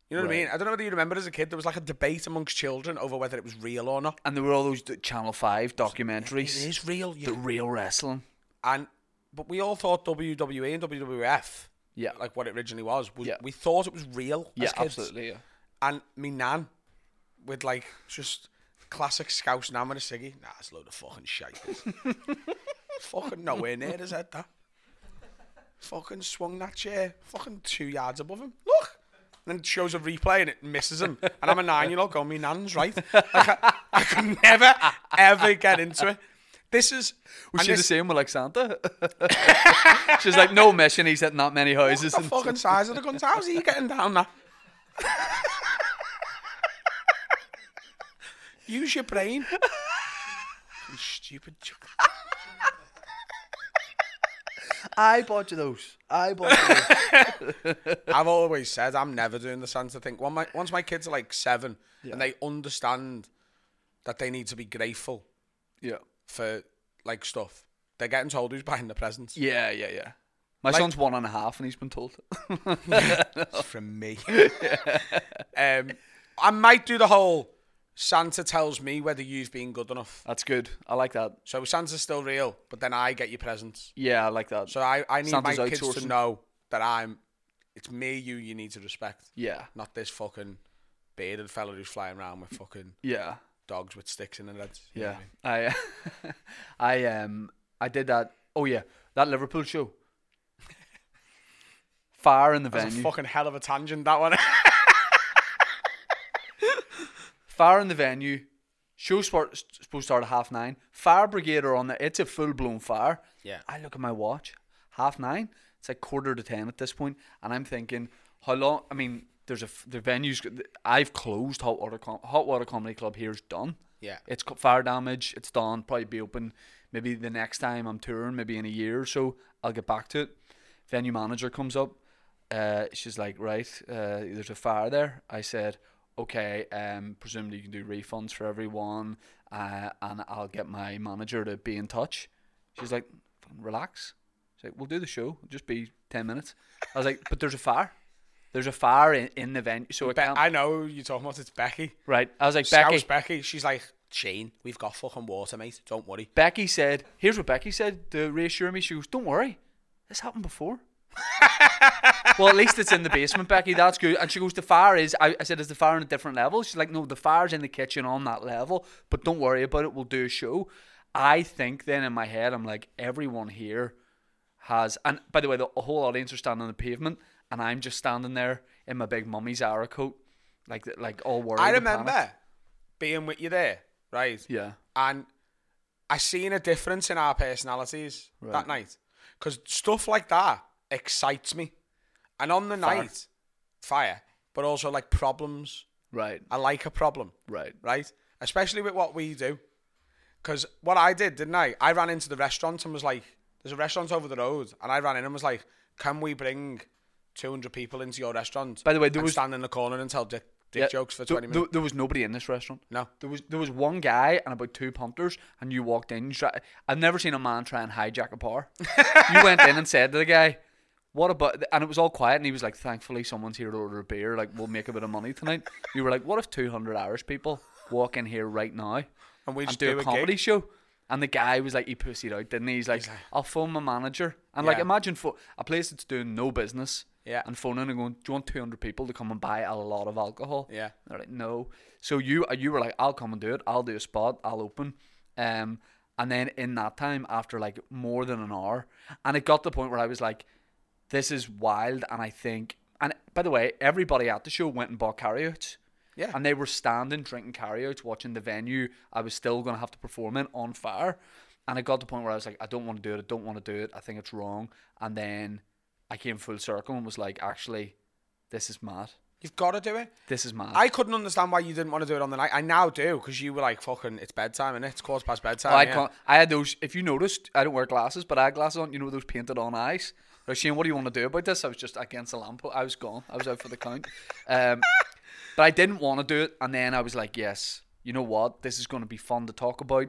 [SPEAKER 3] You know what I
[SPEAKER 1] Right.
[SPEAKER 3] mean? I don't know whether you remember as a kid, there was like a debate amongst children over whether it was real or not.
[SPEAKER 1] And there were all those d- Channel 5
[SPEAKER 3] It
[SPEAKER 1] documentaries.
[SPEAKER 3] is real. You
[SPEAKER 1] The real wrestling.
[SPEAKER 3] and but we all thought WWE and WWF,
[SPEAKER 1] Yeah.
[SPEAKER 3] like what it originally was, was
[SPEAKER 1] Yeah.
[SPEAKER 3] we thought it was real.
[SPEAKER 1] yeah,
[SPEAKER 3] as kids.
[SPEAKER 1] absolutely. Yeah.
[SPEAKER 3] And me nan, with like just classic Scouse nan with a ciggy. Nah, it's a load of fucking shite. fucking nowhere near his head that. Fucking swung that chair, fucking two yards above him. Look. And then it shows a replay and it misses him. And I'm a nine year old going, me nan's right. Like I, I could never, ever get into it. This is.
[SPEAKER 1] Was
[SPEAKER 3] and
[SPEAKER 1] she
[SPEAKER 3] this-
[SPEAKER 1] the same with like Santa? She's like, no mission. He's at not many
[SPEAKER 3] What
[SPEAKER 1] houses.
[SPEAKER 3] the
[SPEAKER 1] and-
[SPEAKER 3] fucking size of the guns? How's he getting down there? Use your brain.
[SPEAKER 1] stupid joke. I bought you those. I bought you those.
[SPEAKER 3] I've always said I'm never doing the Santa thing. When my, once my kids are like seven and they understand that they need to be grateful
[SPEAKER 1] yeah.
[SPEAKER 3] for like stuff, they're getting told who's buying the presents.
[SPEAKER 1] Yeah, yeah, yeah. My son's one and a half and he's been told.
[SPEAKER 3] It's from me. um, I might do the whole Santa tells me whether you've been good enough.
[SPEAKER 1] That's good. I like that.
[SPEAKER 3] So Santa's still real, but then I get your presents.
[SPEAKER 1] Yeah, I like that.
[SPEAKER 3] So I, I need
[SPEAKER 1] Santa's
[SPEAKER 3] my kids to
[SPEAKER 1] outsourcing.
[SPEAKER 3] know that I'm. It's me, you. You need to respect,
[SPEAKER 1] yeah.
[SPEAKER 3] not this fucking bearded fella who's flying around with fucking
[SPEAKER 1] Yeah.
[SPEAKER 3] dogs with sticks in their heads. You know
[SPEAKER 1] Yeah,
[SPEAKER 3] what I mean?
[SPEAKER 1] I, I um, I did that. Oh yeah, that Liverpool show. Fire in the
[SPEAKER 3] That's a
[SPEAKER 1] venue.
[SPEAKER 3] fucking hell of a tangent that one.
[SPEAKER 1] Fire in the venue. Show start, supposed to start at half nine. Fire brigade are on there. It's a full blown fire.
[SPEAKER 3] Yeah.
[SPEAKER 1] I look at my watch. Half nine. It's like quarter to ten at this point, and I'm thinking, how long? I mean, there's a f- the venues. I've closed Hot Water Com- Hot Water Comedy Club. Here's done.
[SPEAKER 3] yeah.
[SPEAKER 1] It's got fire damage. It's done. Probably be open. Maybe the next time I'm touring, maybe in a year or so, I'll get back to it. Venue manager comes up. Uh, she's like, right, uh, there's a fire there. I said, okay, um, presumably you can do refunds for everyone, uh, and I'll get my manager to be in touch. She's like, "Fucking relax. She's like, we'll do the show. It'll just be ten minutes. I was like, but there's a fire. There's a fire in, in the venue, so I
[SPEAKER 3] Be-
[SPEAKER 1] can't.
[SPEAKER 3] I know who you're talking about. It's Becky.
[SPEAKER 1] right. I was like,
[SPEAKER 3] Becky.
[SPEAKER 1] Becky,
[SPEAKER 3] Becky. She's like Shane. We've got fucking water, mate. Don't worry.
[SPEAKER 1] Becky said, here's what Becky said to reassure me. She goes, don't worry, this happened before. well, at least it's in the basement, Becky. That's good. And she goes, the fire is, I, I said, is the fire on a different level? She's like, no, the fire's in the kitchen on that level, but don't worry about it. We'll do a show. I think then in my head, I'm like, everyone here has, and by the way, the whole audience are standing on the pavement, and I'm just standing there in my big mummy's arrow coat, like, like all worried.
[SPEAKER 3] I
[SPEAKER 1] and panicked.
[SPEAKER 3] remember being with you there, right?
[SPEAKER 1] Yeah.
[SPEAKER 3] and I seen a difference in our personalities that night because stuff like that excites me, and on the night, fire, but also like problems.
[SPEAKER 1] Right.
[SPEAKER 3] I like a problem,
[SPEAKER 1] Right.
[SPEAKER 3] right? Especially with what we do, because what I did, didn't I? I ran into the restaurant and was like, "There's a restaurant over the road," and I ran in and was like, "Can we bring 200 people into your restaurant?"
[SPEAKER 1] By the way, there
[SPEAKER 3] and
[SPEAKER 1] was-
[SPEAKER 3] stand in the corner and tell dick, dick
[SPEAKER 1] Yeah,
[SPEAKER 3] jokes for
[SPEAKER 1] there-
[SPEAKER 3] 20
[SPEAKER 1] there-
[SPEAKER 3] minutes.
[SPEAKER 1] There, was nobody in this restaurant.
[SPEAKER 3] No.
[SPEAKER 1] There was there was one guy and about two punters, and you walked in. You try, I've never seen a man try and hijack a bar. you went in and said to the guy, "What about?" And it was all quiet, and he was like, "Thankfully, someone's here to order a beer. Like, we'll make a bit of money tonight." You were like, "What if two hundred Irish people walk in here right now
[SPEAKER 3] and we
[SPEAKER 1] and
[SPEAKER 3] just
[SPEAKER 1] do, a
[SPEAKER 3] gig.
[SPEAKER 1] comedy show?" And the guy was like, he pussied out, didn't he? He's like, I'll phone my manager. And like,
[SPEAKER 3] Yeah.
[SPEAKER 1] imagine for a place that's doing no business
[SPEAKER 3] Yeah.
[SPEAKER 1] and phoning and going, Do you want 200 people to come and buy a lot of alcohol?
[SPEAKER 3] Yeah.
[SPEAKER 1] They're like, no. So you uh, you were like, I'll come and do it. I'll do a spot. I'll open. Um, and then in that time, after like more than an hour, and it got to the point where I was like, this is wild. And I think, and by the way, everybody at the show went and bought carryouts.
[SPEAKER 3] Yeah.
[SPEAKER 1] And they were standing, drinking carryouts, watching the venue I was still going to have to perform in on fire. And it got to the point where I was like, I don't want to do it. I don't want to do it. I think it's wrong. And then I came full circle and was like, actually, this is mad.
[SPEAKER 3] You've got to do it.
[SPEAKER 1] This is mad.
[SPEAKER 3] I couldn't understand why you didn't want to do it on the night. I now do because you were like, "Fucking, it's bedtime and it's quarter past bedtime."
[SPEAKER 1] Oh, I
[SPEAKER 3] yeah.
[SPEAKER 1] can't. I had those. If you noticed, I don't wear glasses, but I had glasses on. You know those painted on eyes. Like Shane, what do you want to do about this? I was just against the lamp. I was gone. I was out for the count. Um, but I didn't want to do it, and then I was like, yes, you know what? This is going to be fun to talk about.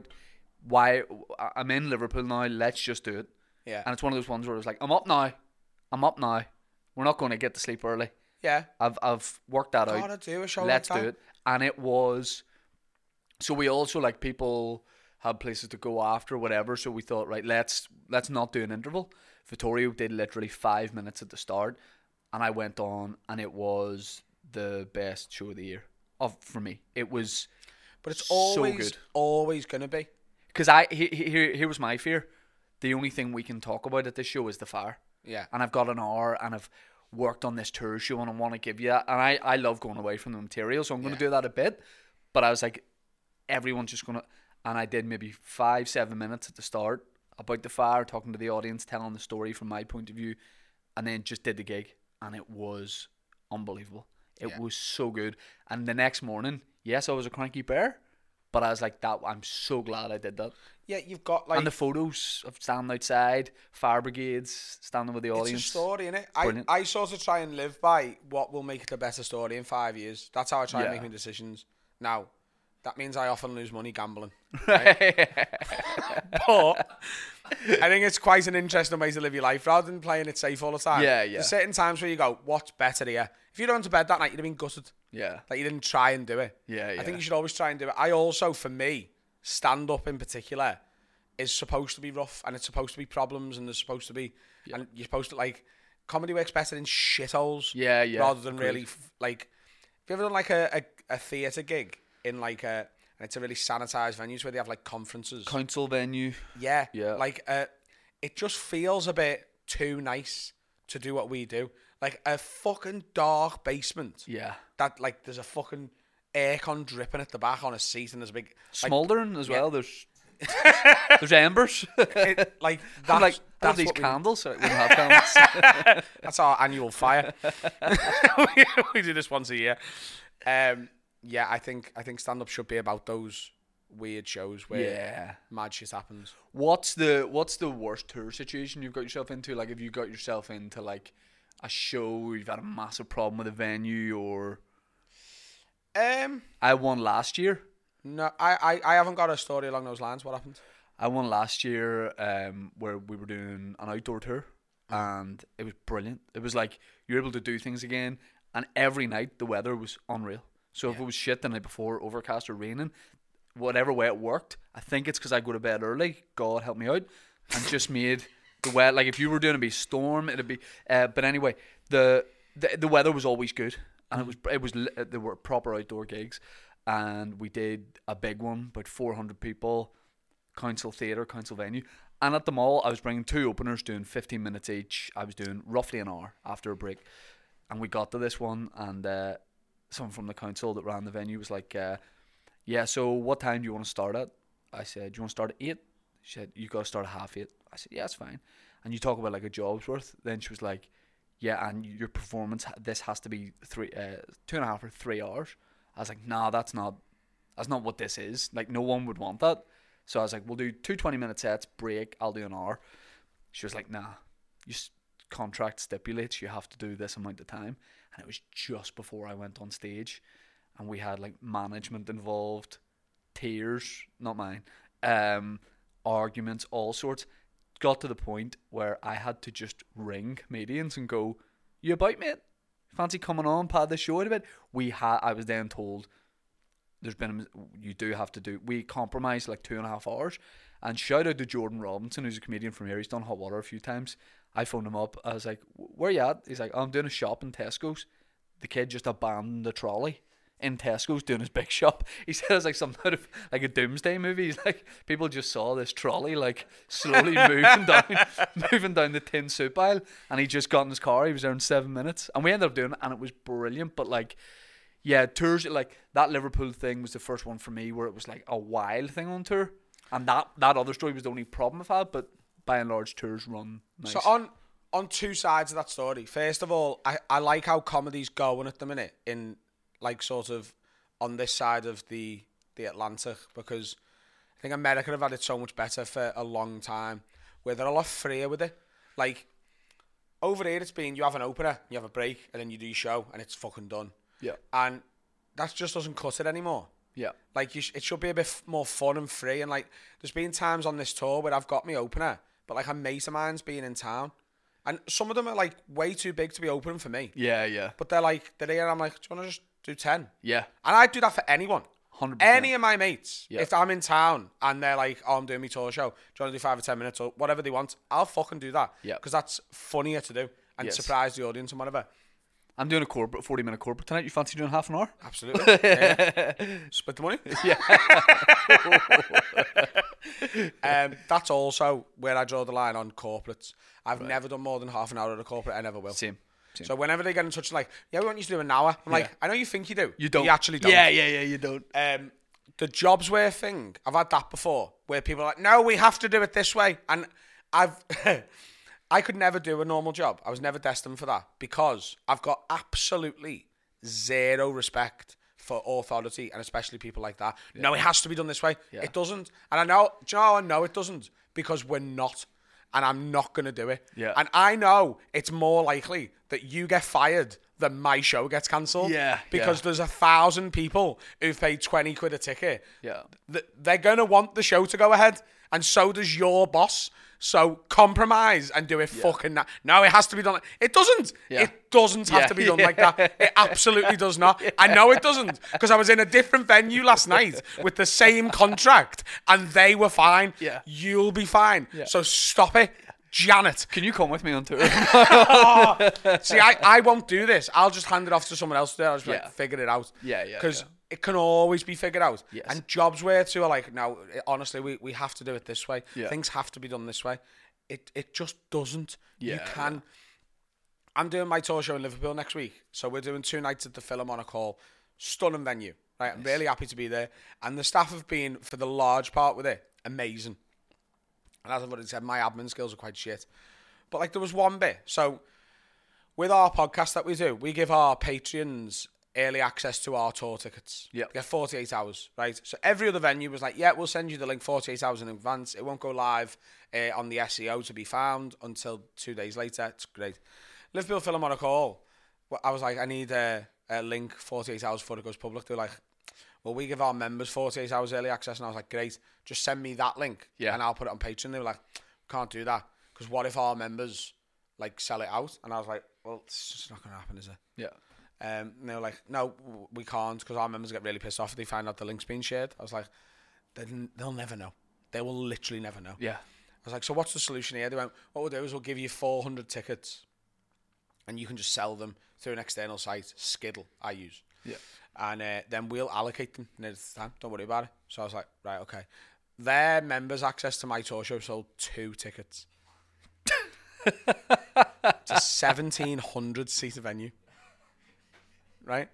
[SPEAKER 1] Why I- I'm in Liverpool now. Let's just do it.
[SPEAKER 3] Yeah,
[SPEAKER 1] And it's one of those ones where I was like, I'm up now. I'm up now. We're not going to get to sleep early.
[SPEAKER 3] yeah.
[SPEAKER 1] I've I've worked that out.
[SPEAKER 3] Gotta do a show
[SPEAKER 1] Let's
[SPEAKER 3] like that.
[SPEAKER 1] do it. And it was. So we also like people had places to go after whatever. So we thought, right, let's let's not do an interval. Vittorio did literally five minutes at the start, and I went on, and it was the best show of the year of for me. It was
[SPEAKER 3] But it's
[SPEAKER 1] so
[SPEAKER 3] always,
[SPEAKER 1] good.
[SPEAKER 3] always gonna be.
[SPEAKER 1] because I he- he- here here was my fear. The only thing we can talk about at this show is the fire.
[SPEAKER 3] Yeah,
[SPEAKER 1] and I've got an hour and I've worked on this tour show and I want to give you that. And I, I love going away from the material, so I'm going to do that a bit. But I was like, everyone's just going to. And I did maybe five, seven minutes at the start about the fire, talking to the audience, telling the story from my point of view, and then just did the gig. And it was unbelievable. It was so good. And the next morning, yes, I was a cranky bear, But I was like, that I'm so glad I did that.
[SPEAKER 3] Yeah, you've got like
[SPEAKER 1] and the photos of standing outside, fire brigades, standing with the
[SPEAKER 3] it's
[SPEAKER 1] audience.
[SPEAKER 3] a story, innit? I,
[SPEAKER 1] Brilliant.
[SPEAKER 3] I sort of try and live by what will make it a better story in five years. That's how I try and
[SPEAKER 1] Yeah.
[SPEAKER 3] make my decisions. Now, that means I often lose money gambling. but I think it's quite an interesting way to live your life rather than playing it safe all the time.
[SPEAKER 1] Yeah, yeah.
[SPEAKER 3] There's certain times where you go, what's better here? If you'd gone to bed that night, you'd have been gutted.
[SPEAKER 1] yeah.
[SPEAKER 3] Like you didn't try and do it.
[SPEAKER 1] Yeah, yeah.
[SPEAKER 3] I think you should always try and do it. I also, for me, stand up in particular is supposed to be rough and it's supposed to be problems and there's supposed to be and you're supposed to like comedy works better in shitholes.
[SPEAKER 1] Yeah, yeah,
[SPEAKER 3] Rather than
[SPEAKER 1] agreed.
[SPEAKER 3] really f- like have you ever done like a, a, a theatre gig in like a and it's a really sanitized venues where they have like conferences.
[SPEAKER 1] Council venue.
[SPEAKER 3] Yeah.
[SPEAKER 1] Yeah.
[SPEAKER 3] Like uh, it just feels a bit too nice to do what we do. Like a fucking dark basement.
[SPEAKER 1] Yeah.
[SPEAKER 3] That like there's a fucking aircon dripping at the back on a seat and there's a big like,
[SPEAKER 1] Smoldering as well. There's there's embers.
[SPEAKER 3] it, like
[SPEAKER 1] I'm like
[SPEAKER 3] that's
[SPEAKER 1] I have
[SPEAKER 3] that's
[SPEAKER 1] these
[SPEAKER 3] what we-
[SPEAKER 1] candles. So it wouldn't have candles.
[SPEAKER 3] that's our annual fire. we, we do this once a year. Um, yeah, I think I think stand up should be about those weird shows where
[SPEAKER 1] yeah.
[SPEAKER 3] mad shit happens.
[SPEAKER 1] What's the What's the worst tour situation you've got yourself into? Like, have you got yourself into like a show where you've had a massive problem with a venue, or
[SPEAKER 3] Um,
[SPEAKER 1] I won last year.
[SPEAKER 3] no, I, I I haven't got a story along those lines. What happened?
[SPEAKER 1] I won last year um, where we were doing an outdoor tour and it was brilliant. It was like you're able to do things again and every night the weather was unreal. So if it was shit the night before, overcast or raining, whatever way it worked, I think it's because I go to bed early, God help me out, and just made the weather, like if you were doing it'd be storm, it'd be, uh, but anyway, the, the the weather was always good and it was, it was, li- there were proper outdoor gigs and we did a big one, about 400 people council theatre, council venue. And at the mall, I was bringing two openers, doing 15 minutes each. I was doing roughly an hour after a break. And we got to this one, and uh, someone from the council that ran the venue was like, uh, Yeah, so what time do you want to start at? I said, Do you want to start at 8? She said, You got to start at half 8. I said, Yeah, that's fine. And you talk about like a job's worth. Then she was like, Yeah, and your performance, this has to be three, uh, two and a half or three hours. I was like, Nah, that's not that's not what this is. Like no one would want that. So I was like, we'll do two 20 minute sets, break, I'll do an hour. She was like, nah, your s- contract stipulates you have to do this amount of time. And it was just before I went on stage and we had like management involved, tears, not mine, um, arguments, all sorts. Got to the point where I had to just ring comedians and go, you about mate? Fancy coming on, pad the show out a bit? We had, I was then told, there's been a mis- you do have to do we compromised like two and a half hours and shout out to Jordan Robinson who's a comedian from here he's done hot water a few times I phoned him up I was like where you at he's like I'm doing a shop in Tesco's the kid just abandoned the trolley in Tesco's doing his big shop he said it was like some out of like a doomsday movie he's like people just saw this trolley like slowly moving down moving down the tin soup aisle and he just got in his car he was there in seven minutes and we ended up doing it and it was brilliant but like yeah, tours like that Liverpool thing was the first one for me where it was like a wild thing on tour, and that that other story was the only problem I've had. But by and large, tours run nice.
[SPEAKER 3] So on on two sides of that story. First of all, I, I like how comedy's going at the minute in like sort of on this side of the the Atlantic because I think America have had it so much better for a long time where they're a lot freer with it. Like over here it's been you have an opener, you have a break, and then you do your show and it's fucking done.
[SPEAKER 1] yeah,
[SPEAKER 3] And that just doesn't cut it anymore.
[SPEAKER 1] yeah,
[SPEAKER 3] Like you, sh- it should be a bit f- more fun and free. And like, there's been times on this tour where I've got my opener, but like a mate of mine's been in town, and some of them are like way too big to be opening for me.
[SPEAKER 1] yeah, yeah,
[SPEAKER 3] But they're like, they're here, and I'm like, do you want to just do ten?
[SPEAKER 1] yeah,
[SPEAKER 3] And I'd do that for anyone.
[SPEAKER 1] hundred
[SPEAKER 3] Any
[SPEAKER 1] percent.
[SPEAKER 3] of my mates,
[SPEAKER 1] Yeah.
[SPEAKER 3] if I'm in town and they're like, "Oh, I'm doing my tour show. Do you want to do five or ten minutes or whatever they want?" I'll fucking do that.
[SPEAKER 1] Yeah.
[SPEAKER 3] because that's funnier to do and
[SPEAKER 1] Yes.
[SPEAKER 3] surprise the audience and whatever.
[SPEAKER 1] I'm doing a corporate forty minute corporate tonight. You fancy doing half an hour?
[SPEAKER 3] Absolutely. Yeah. Split the money. Yeah. um, that's also where I draw the line on corporates. I've never done more than half an hour at a corporate. I never will.
[SPEAKER 1] Same. same.
[SPEAKER 3] So whenever they get in touch, like, yeah, we want you to do an hour. I'm like, I know you think you do.
[SPEAKER 1] you
[SPEAKER 3] but
[SPEAKER 1] don't.
[SPEAKER 3] You actually don't.
[SPEAKER 1] Yeah, yeah, yeah. You don't.
[SPEAKER 3] Um, the jobs wear thing. I've had that before, where people are like, no, we have to do it this way, and I've. I could never do a normal job. I was never destined for that because I've got absolutely zero respect for authority and especially people like that. No, it has to be done this way.
[SPEAKER 1] Yeah.
[SPEAKER 3] It doesn't. And I know, do you know, how I know it doesn't because we're not. And I'm not going to do it.
[SPEAKER 1] Yeah.
[SPEAKER 3] And I know it's more likely that you get fired than my show gets cancelled.
[SPEAKER 1] Yeah,
[SPEAKER 3] Because
[SPEAKER 1] yeah.
[SPEAKER 3] there's a thousand people who've paid 20 quid a ticket.
[SPEAKER 1] Yeah.
[SPEAKER 3] Th- they're going to want the show to go ahead. And so does your boss. So compromise and do it fucking na- No, it has to be done. like- It doesn't.
[SPEAKER 1] Yeah.
[SPEAKER 3] It doesn't have
[SPEAKER 1] Yeah.
[SPEAKER 3] to be done like that. It absolutely does not. I know it doesn't because I was in a different venue last night with the same contract and they were fine.
[SPEAKER 1] Yeah.
[SPEAKER 3] You'll be fine. So stop it. Janet.
[SPEAKER 1] Can you come with me on tour?
[SPEAKER 3] See, I, I won't do this. I'll just hand it off to someone else to do. I'll just be
[SPEAKER 1] Yeah.
[SPEAKER 3] like, figure it out.
[SPEAKER 1] Yeah, yeah,
[SPEAKER 3] Because
[SPEAKER 1] yeah.
[SPEAKER 3] it can always be figured out.
[SPEAKER 1] Yes.
[SPEAKER 3] And jobs where too are like, no, it- honestly, we, we have to do it this way.
[SPEAKER 1] Yeah.
[SPEAKER 3] Things have to be done this way. It it just doesn't. you
[SPEAKER 1] Yeah,
[SPEAKER 3] can. I'm doing my tour show in Liverpool next week. So we're doing two nights at the Philharmonic Hall. Stunning venue. Right. I'm really happy to be there. And the staff have been, for the large part with it, amazing. And as I've already said, my admin skills are quite shit. But like there was one bit. So with our podcast that we do, we give our patrons early access to our tour tickets.
[SPEAKER 1] Yep.
[SPEAKER 3] They get 48 hours, right? So every other venue was like, yeah, we'll send you the link 48 hours in advance. It won't go live uh, on the SEO to be found until two days later. It's great. Liverpool Philharmonic Hall, wh- I was like, I need a, a link 48 hours before it goes public. They're like, well, we give our members 48 hours early access. And I was like, great, just send me that link
[SPEAKER 1] Yeah.
[SPEAKER 3] and I'll put it on Patreon. They were like, can't do that because what if our members like sell it out? And I was like, well, it's just not going to happen, is it?
[SPEAKER 1] yeah.
[SPEAKER 3] Um, and they were like, no, w- we can't because our members get really pissed off if they find out the link's been shared. I was like, they didn't- they'll never know. They will literally never know.
[SPEAKER 1] Yeah.
[SPEAKER 3] I was like, so what's the solution here? They went, what we'll do is we'll give you 400 tickets and you can just sell them through an external site, Skiddle, I use.
[SPEAKER 1] Yeah.
[SPEAKER 3] And uh, then we'll allocate them near the time. Don't worry about it. So I was like, right, okay. Their members' access to my tour show sold two tickets. it's a 1,700 seat venue. Right?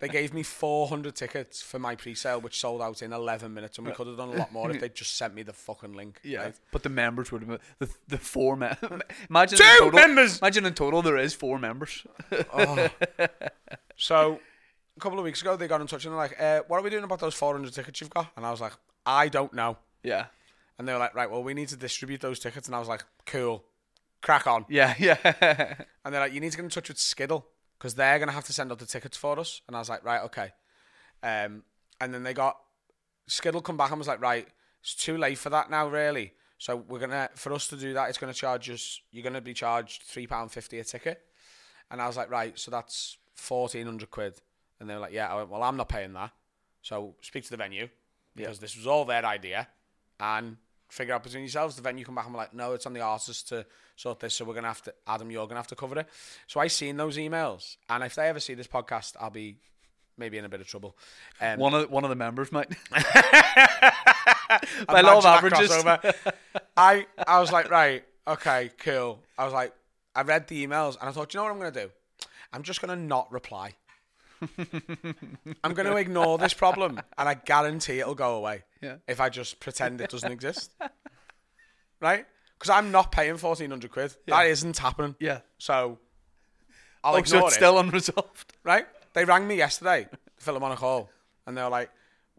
[SPEAKER 3] They gave me 400 tickets for my pre sale, which sold out in 11 minutes. And we could have done a lot more if they'd just sent me the fucking link.
[SPEAKER 1] Uh. Yeah,
[SPEAKER 3] right?
[SPEAKER 1] but the members would have been- the the four men. imagine
[SPEAKER 3] Two
[SPEAKER 1] in total,
[SPEAKER 3] members!
[SPEAKER 1] Imagine in total there is four members.
[SPEAKER 3] So a couple of weeks ago, they got in touch and they're like, uh, "What are we doing about those 400 tickets you've got?" And I was like, "I don't know."
[SPEAKER 1] Yeah,
[SPEAKER 3] And they were like, "Right, well, we need to distribute those tickets." And I was like, "Cool, crack on."
[SPEAKER 1] yeah, yeah,
[SPEAKER 3] And they're like, "You need to get in touch with Skiddle because they're gonna have to send out the tickets for us." And I was like, "Right, okay." Um, and then they got Skiddle come back and was like, "Right, it's too late for that now, really." So we're gonna for us to do that, it's gonna charge us. You're gonna be charged three pound fifty a ticket. And I was like, right, so that's fourteen hundred quid. And they were like, yeah. I went, well, I'm not paying that. So speak to the venue because this was all their idea, and figure out between yourselves. The venue come back and were like, no, it's on the artist to sort this. So we're gonna have to, Adam, you're gonna have to cover it. So I seen those emails, and if they ever see this podcast, I'll be maybe in a bit of trouble. Um,
[SPEAKER 1] one of one of the members might. By law
[SPEAKER 3] Imagine
[SPEAKER 1] of
[SPEAKER 3] that
[SPEAKER 1] averages,
[SPEAKER 3] crossover. I I was like, right, okay, cool. I was like, I read the emails and I thought, "Do you know what I'm gonna do? I'm just gonna not reply. I'm gonna ignore this problem, and I guarantee it'll go away.
[SPEAKER 1] Yeah.
[SPEAKER 3] If I just pretend it doesn't exist, right? Because I'm not paying fourteen hundred quid. That isn't happening.
[SPEAKER 1] yeah.
[SPEAKER 3] So I'll
[SPEAKER 1] Oh,
[SPEAKER 3] ignore
[SPEAKER 1] so it's
[SPEAKER 3] it
[SPEAKER 1] still unresolved.
[SPEAKER 3] right? They rang me yesterday, Philharmonic Hall, and they were like,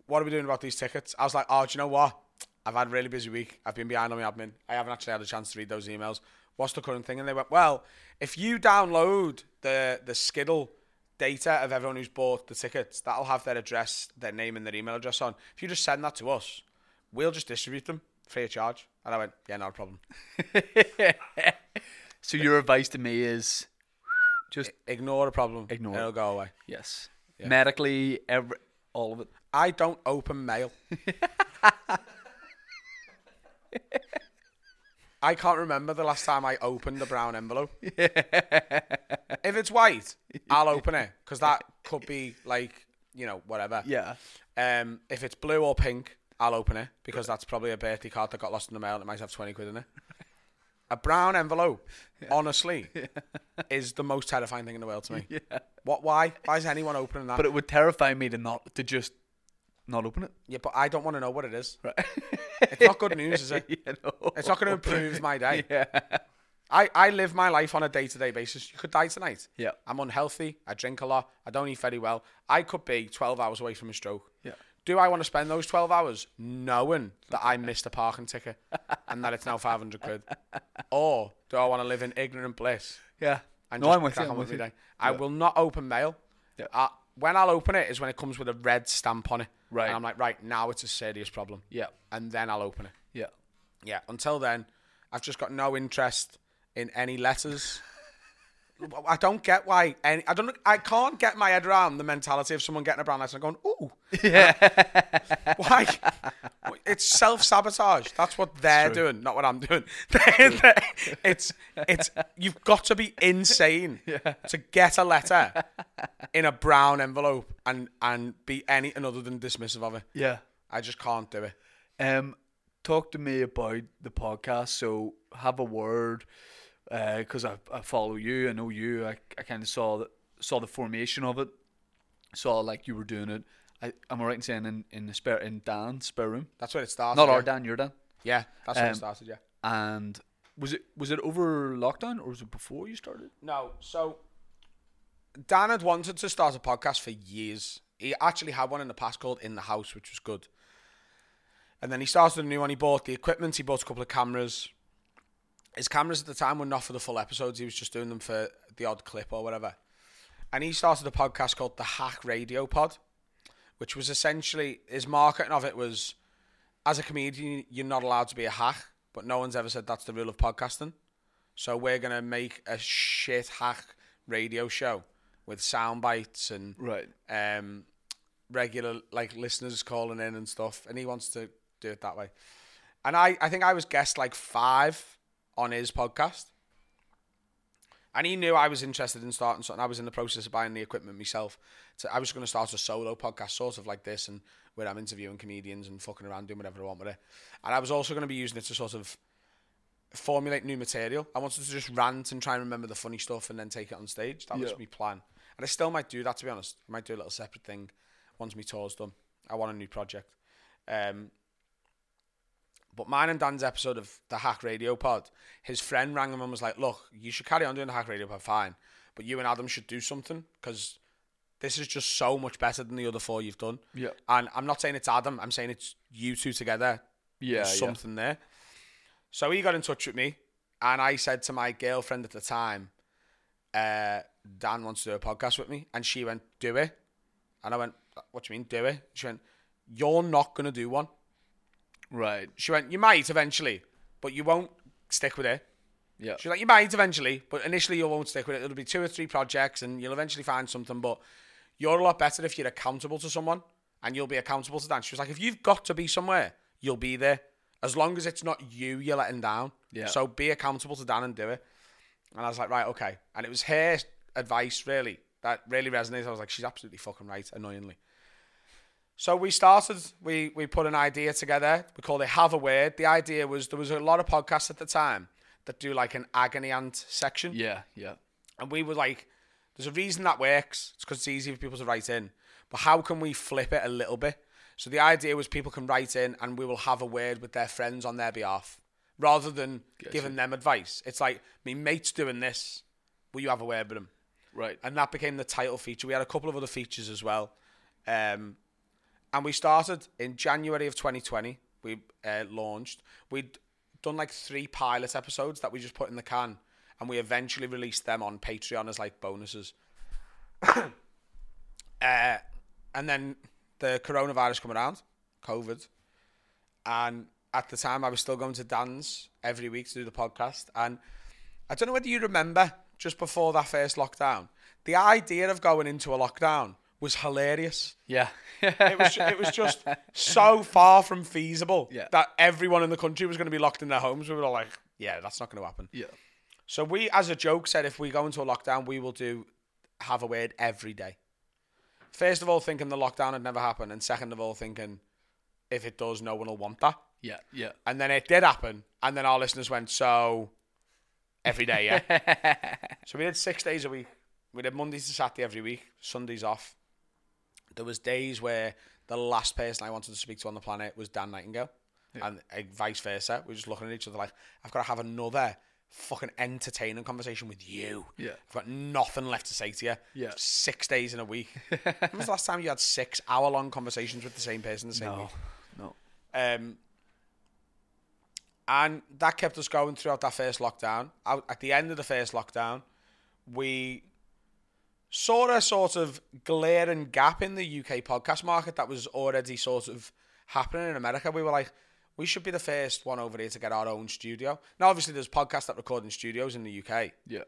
[SPEAKER 3] "What are we doing about these tickets?" I was like, "Oh, do you know what? I've had a really busy week. I've been behind on my admin. I haven't actually had a chance to read those emails. What's the current thing?" And they went, "Well, if you download the the Skiddle." Data of everyone who's bought the tickets that'll have their address, their name, and their email address on. If you just send that to us, we'll just distribute them free of charge. And I went, Yeah, not a problem.
[SPEAKER 1] So your advice to me is just
[SPEAKER 3] Ignore the problem,
[SPEAKER 1] Ignore it.
[SPEAKER 3] it'll go away.
[SPEAKER 1] yes, medically every all of it.
[SPEAKER 3] I don't open mail. I can't remember the last time I opened a brown envelope. if it's white, I'll open it because that could be like you know whatever.
[SPEAKER 1] Yeah,
[SPEAKER 3] Um, if it's blue or pink, I'll open it because that's probably a birthday card that got lost in the mail and it might have 20 quid in it. A brown envelope, honestly, is the most terrifying thing in the world to me. What? Why? Why is anyone opening that?
[SPEAKER 1] but it would terrify me to not to just not open it.
[SPEAKER 3] yeah, but I don't want to know what it is. It's not good news, is it?
[SPEAKER 1] You know?
[SPEAKER 3] It's not going to improve my day.
[SPEAKER 1] Yeah.
[SPEAKER 3] I, I live my life on a day to day basis. You could die tonight.
[SPEAKER 1] Yeah.
[SPEAKER 3] I'm unhealthy. I drink a lot. I don't eat very well. I could be 12 hours away from a stroke.
[SPEAKER 1] Yeah.
[SPEAKER 3] Do I want to spend those 12 hours knowing that I missed a parking ticket and that it's now 500 quid? Or do I want to live in ignorant bliss?
[SPEAKER 1] Yeah.
[SPEAKER 3] and
[SPEAKER 1] no,
[SPEAKER 3] just
[SPEAKER 1] I'm with you.
[SPEAKER 3] crack
[SPEAKER 1] I'm
[SPEAKER 3] on
[SPEAKER 1] with you.
[SPEAKER 3] my day. I will not open mail.
[SPEAKER 1] Yeah.
[SPEAKER 3] Uh, when I'll open it is when it comes with a red stamp on it.
[SPEAKER 1] Right.
[SPEAKER 3] And I'm like, right, now it's a serious problem.
[SPEAKER 1] Yeah.
[SPEAKER 3] And then I'll open it.
[SPEAKER 1] Yeah.
[SPEAKER 3] Yeah. Until then, I've just got no interest in any letters. I don't get why any I don't I can't get my head around the mentality of someone getting a brown letter and going, ooh. Yeah. why? It's self sabotage. That's what they're doing, not what I'm doing. They're- they're- it's it's you've got to be insane to get a letter in a brown envelope and and be anything other than dismissive of it.
[SPEAKER 1] Yeah.
[SPEAKER 3] I just can't do it.
[SPEAKER 1] Um, talk to me about the podcast. So have a word, because I, I follow you. I know you. I, I kind of saw the, saw the formation of it. Saw like you were doing it. I, am I right in saying in in the spare in Dan's spare room?
[SPEAKER 3] That's where it started.
[SPEAKER 1] Not
[SPEAKER 3] yeah.
[SPEAKER 1] our Dan, your Dan.
[SPEAKER 3] Yeah, that's where
[SPEAKER 1] Um,
[SPEAKER 3] it started, yeah.
[SPEAKER 1] And was it was it over lockdown or was it before you started?
[SPEAKER 3] No, so Dan had wanted to start a podcast for years. He actually had one in the past called In the House, which was good. And then he started a new one. He bought the equipment, he bought a couple of cameras. His cameras at the time were not for the full episodes, he was just doing them for the odd clip or whatever. And he started a podcast called The Hack Radio Pod, which was essentially his marketing of it was as a comedian, you're not allowed to be a hack, but no one's ever said that's the rule of podcasting. So we're gonna make a shit hack radio show with sound bites and
[SPEAKER 1] Right.
[SPEAKER 3] um, regular like listeners calling in and stuff. And he wants to do it that way. And I, I think I was guest like five on his podcast. And he knew I was interested in starting something. I was in the process of buying the equipment myself. So I was going to start a solo podcast, sort of like this, and where I'm interviewing comedians and fucking around, doing whatever I want with it. And I was also going to be using it to sort of formulate new material. I wanted to just rant and try and remember the funny stuff and then take it on stage. That was
[SPEAKER 1] Yeah.
[SPEAKER 3] my plan. And I still might do that, to be honest. I might do a little separate thing once my tour's done. I want a new project. Um, but mine and Dan's episode of the Hack Radio Pod, his friend rang him and was like, "Look, you should carry on doing the Hack Radio Pod, fine, but you and Adam should do something because this is just so much better than the other four you've done."
[SPEAKER 1] Yeah.
[SPEAKER 3] And I'm not saying it's Adam. I'm saying it's you two together.
[SPEAKER 1] Yeah.
[SPEAKER 3] There's something there. So he got in touch with me, and I said to my girlfriend at the time, uh, "Dan wants to do a podcast with me," and she went, "Do it," and I went, "What do you mean, do it?" She went, "You're not gonna do one."
[SPEAKER 1] yeah. Right.
[SPEAKER 3] She went, You might eventually, but you won't stick with it.
[SPEAKER 1] Yeah.
[SPEAKER 3] She's like, You might eventually, but initially you won't stick with it. It'll be two or three projects and you'll eventually find something. But you're a lot better if you're accountable to someone and you'll be accountable to Dan. She was like, If you've got to be somewhere, you'll be there. As long as it's not you you're letting down.
[SPEAKER 1] Yeah.
[SPEAKER 3] So be accountable to Dan and do it. And I was like, Right, okay. And it was her advice, really, that really resonated. I was like, She's absolutely fucking right, annoyingly. So we started, we, we put an idea together. We called it Have a Word. The idea was there was a lot of podcasts at the time that do like an agony aunt section.
[SPEAKER 1] Yeah. Yeah.
[SPEAKER 3] And we were like, there's a reason that works. It's because it's easy for people to write in. But how can we flip it a little bit? So the idea was people can write in and we will have a word with their friends on their behalf rather than giving them advice. It's like, me mate's doing this. Will you have a word with him?
[SPEAKER 1] Right.
[SPEAKER 3] and that became the title feature. We had a couple of other features as well, um, and we started in January of 2020. We uh, launched. We'd done like three pilot episodes that we just put in the can, and we eventually released them on Patreon as like bonuses. uh, and then the coronavirus come around, COVID, and at the time I was still going to Dan's every week to do the podcast, and I don't know whether you remember just before that first lockdown, the idea of going into a lockdown was hilarious.
[SPEAKER 1] Yeah.
[SPEAKER 3] It was it was just so far from feasible
[SPEAKER 1] Yeah.
[SPEAKER 3] that everyone in the country was going to be locked in their homes. We were all like, yeah, that's not going to happen.
[SPEAKER 1] yeah.
[SPEAKER 3] So we, as a joke, said if we go into a lockdown, we will do have a word every day. First of all, thinking the lockdown had never happened, and second of all, thinking if it does, no one will want that.
[SPEAKER 1] Yeah. Yeah.
[SPEAKER 3] And then it did happen. And then our listeners went, so every day, yeah. so we did six days a week. We did Monday to Saturday every week, Sundays off. There was days where the last person I wanted to speak to on the eh, planet was Dan Nightingale. And uh, vice versa. We were just looking at each other like, I've got to have another fucking entertaining conversation with you.
[SPEAKER 1] Yeah.
[SPEAKER 3] I've got nothing left to say to you.
[SPEAKER 1] Yeah.
[SPEAKER 3] Six days in a week. when was the last time you had six hour long conversations with the same person the same week?
[SPEAKER 1] No, no.
[SPEAKER 3] Um, and that kept us going throughout that first lockdown. Out at the end of the first lockdown, we saw a sort of glaring gap in the UK podcast market that was already sort of happening in America. We were like, we should be the first one over here to get our own studio. Now, obviously, there's podcasts that record in studios in the UK,
[SPEAKER 1] Yeah.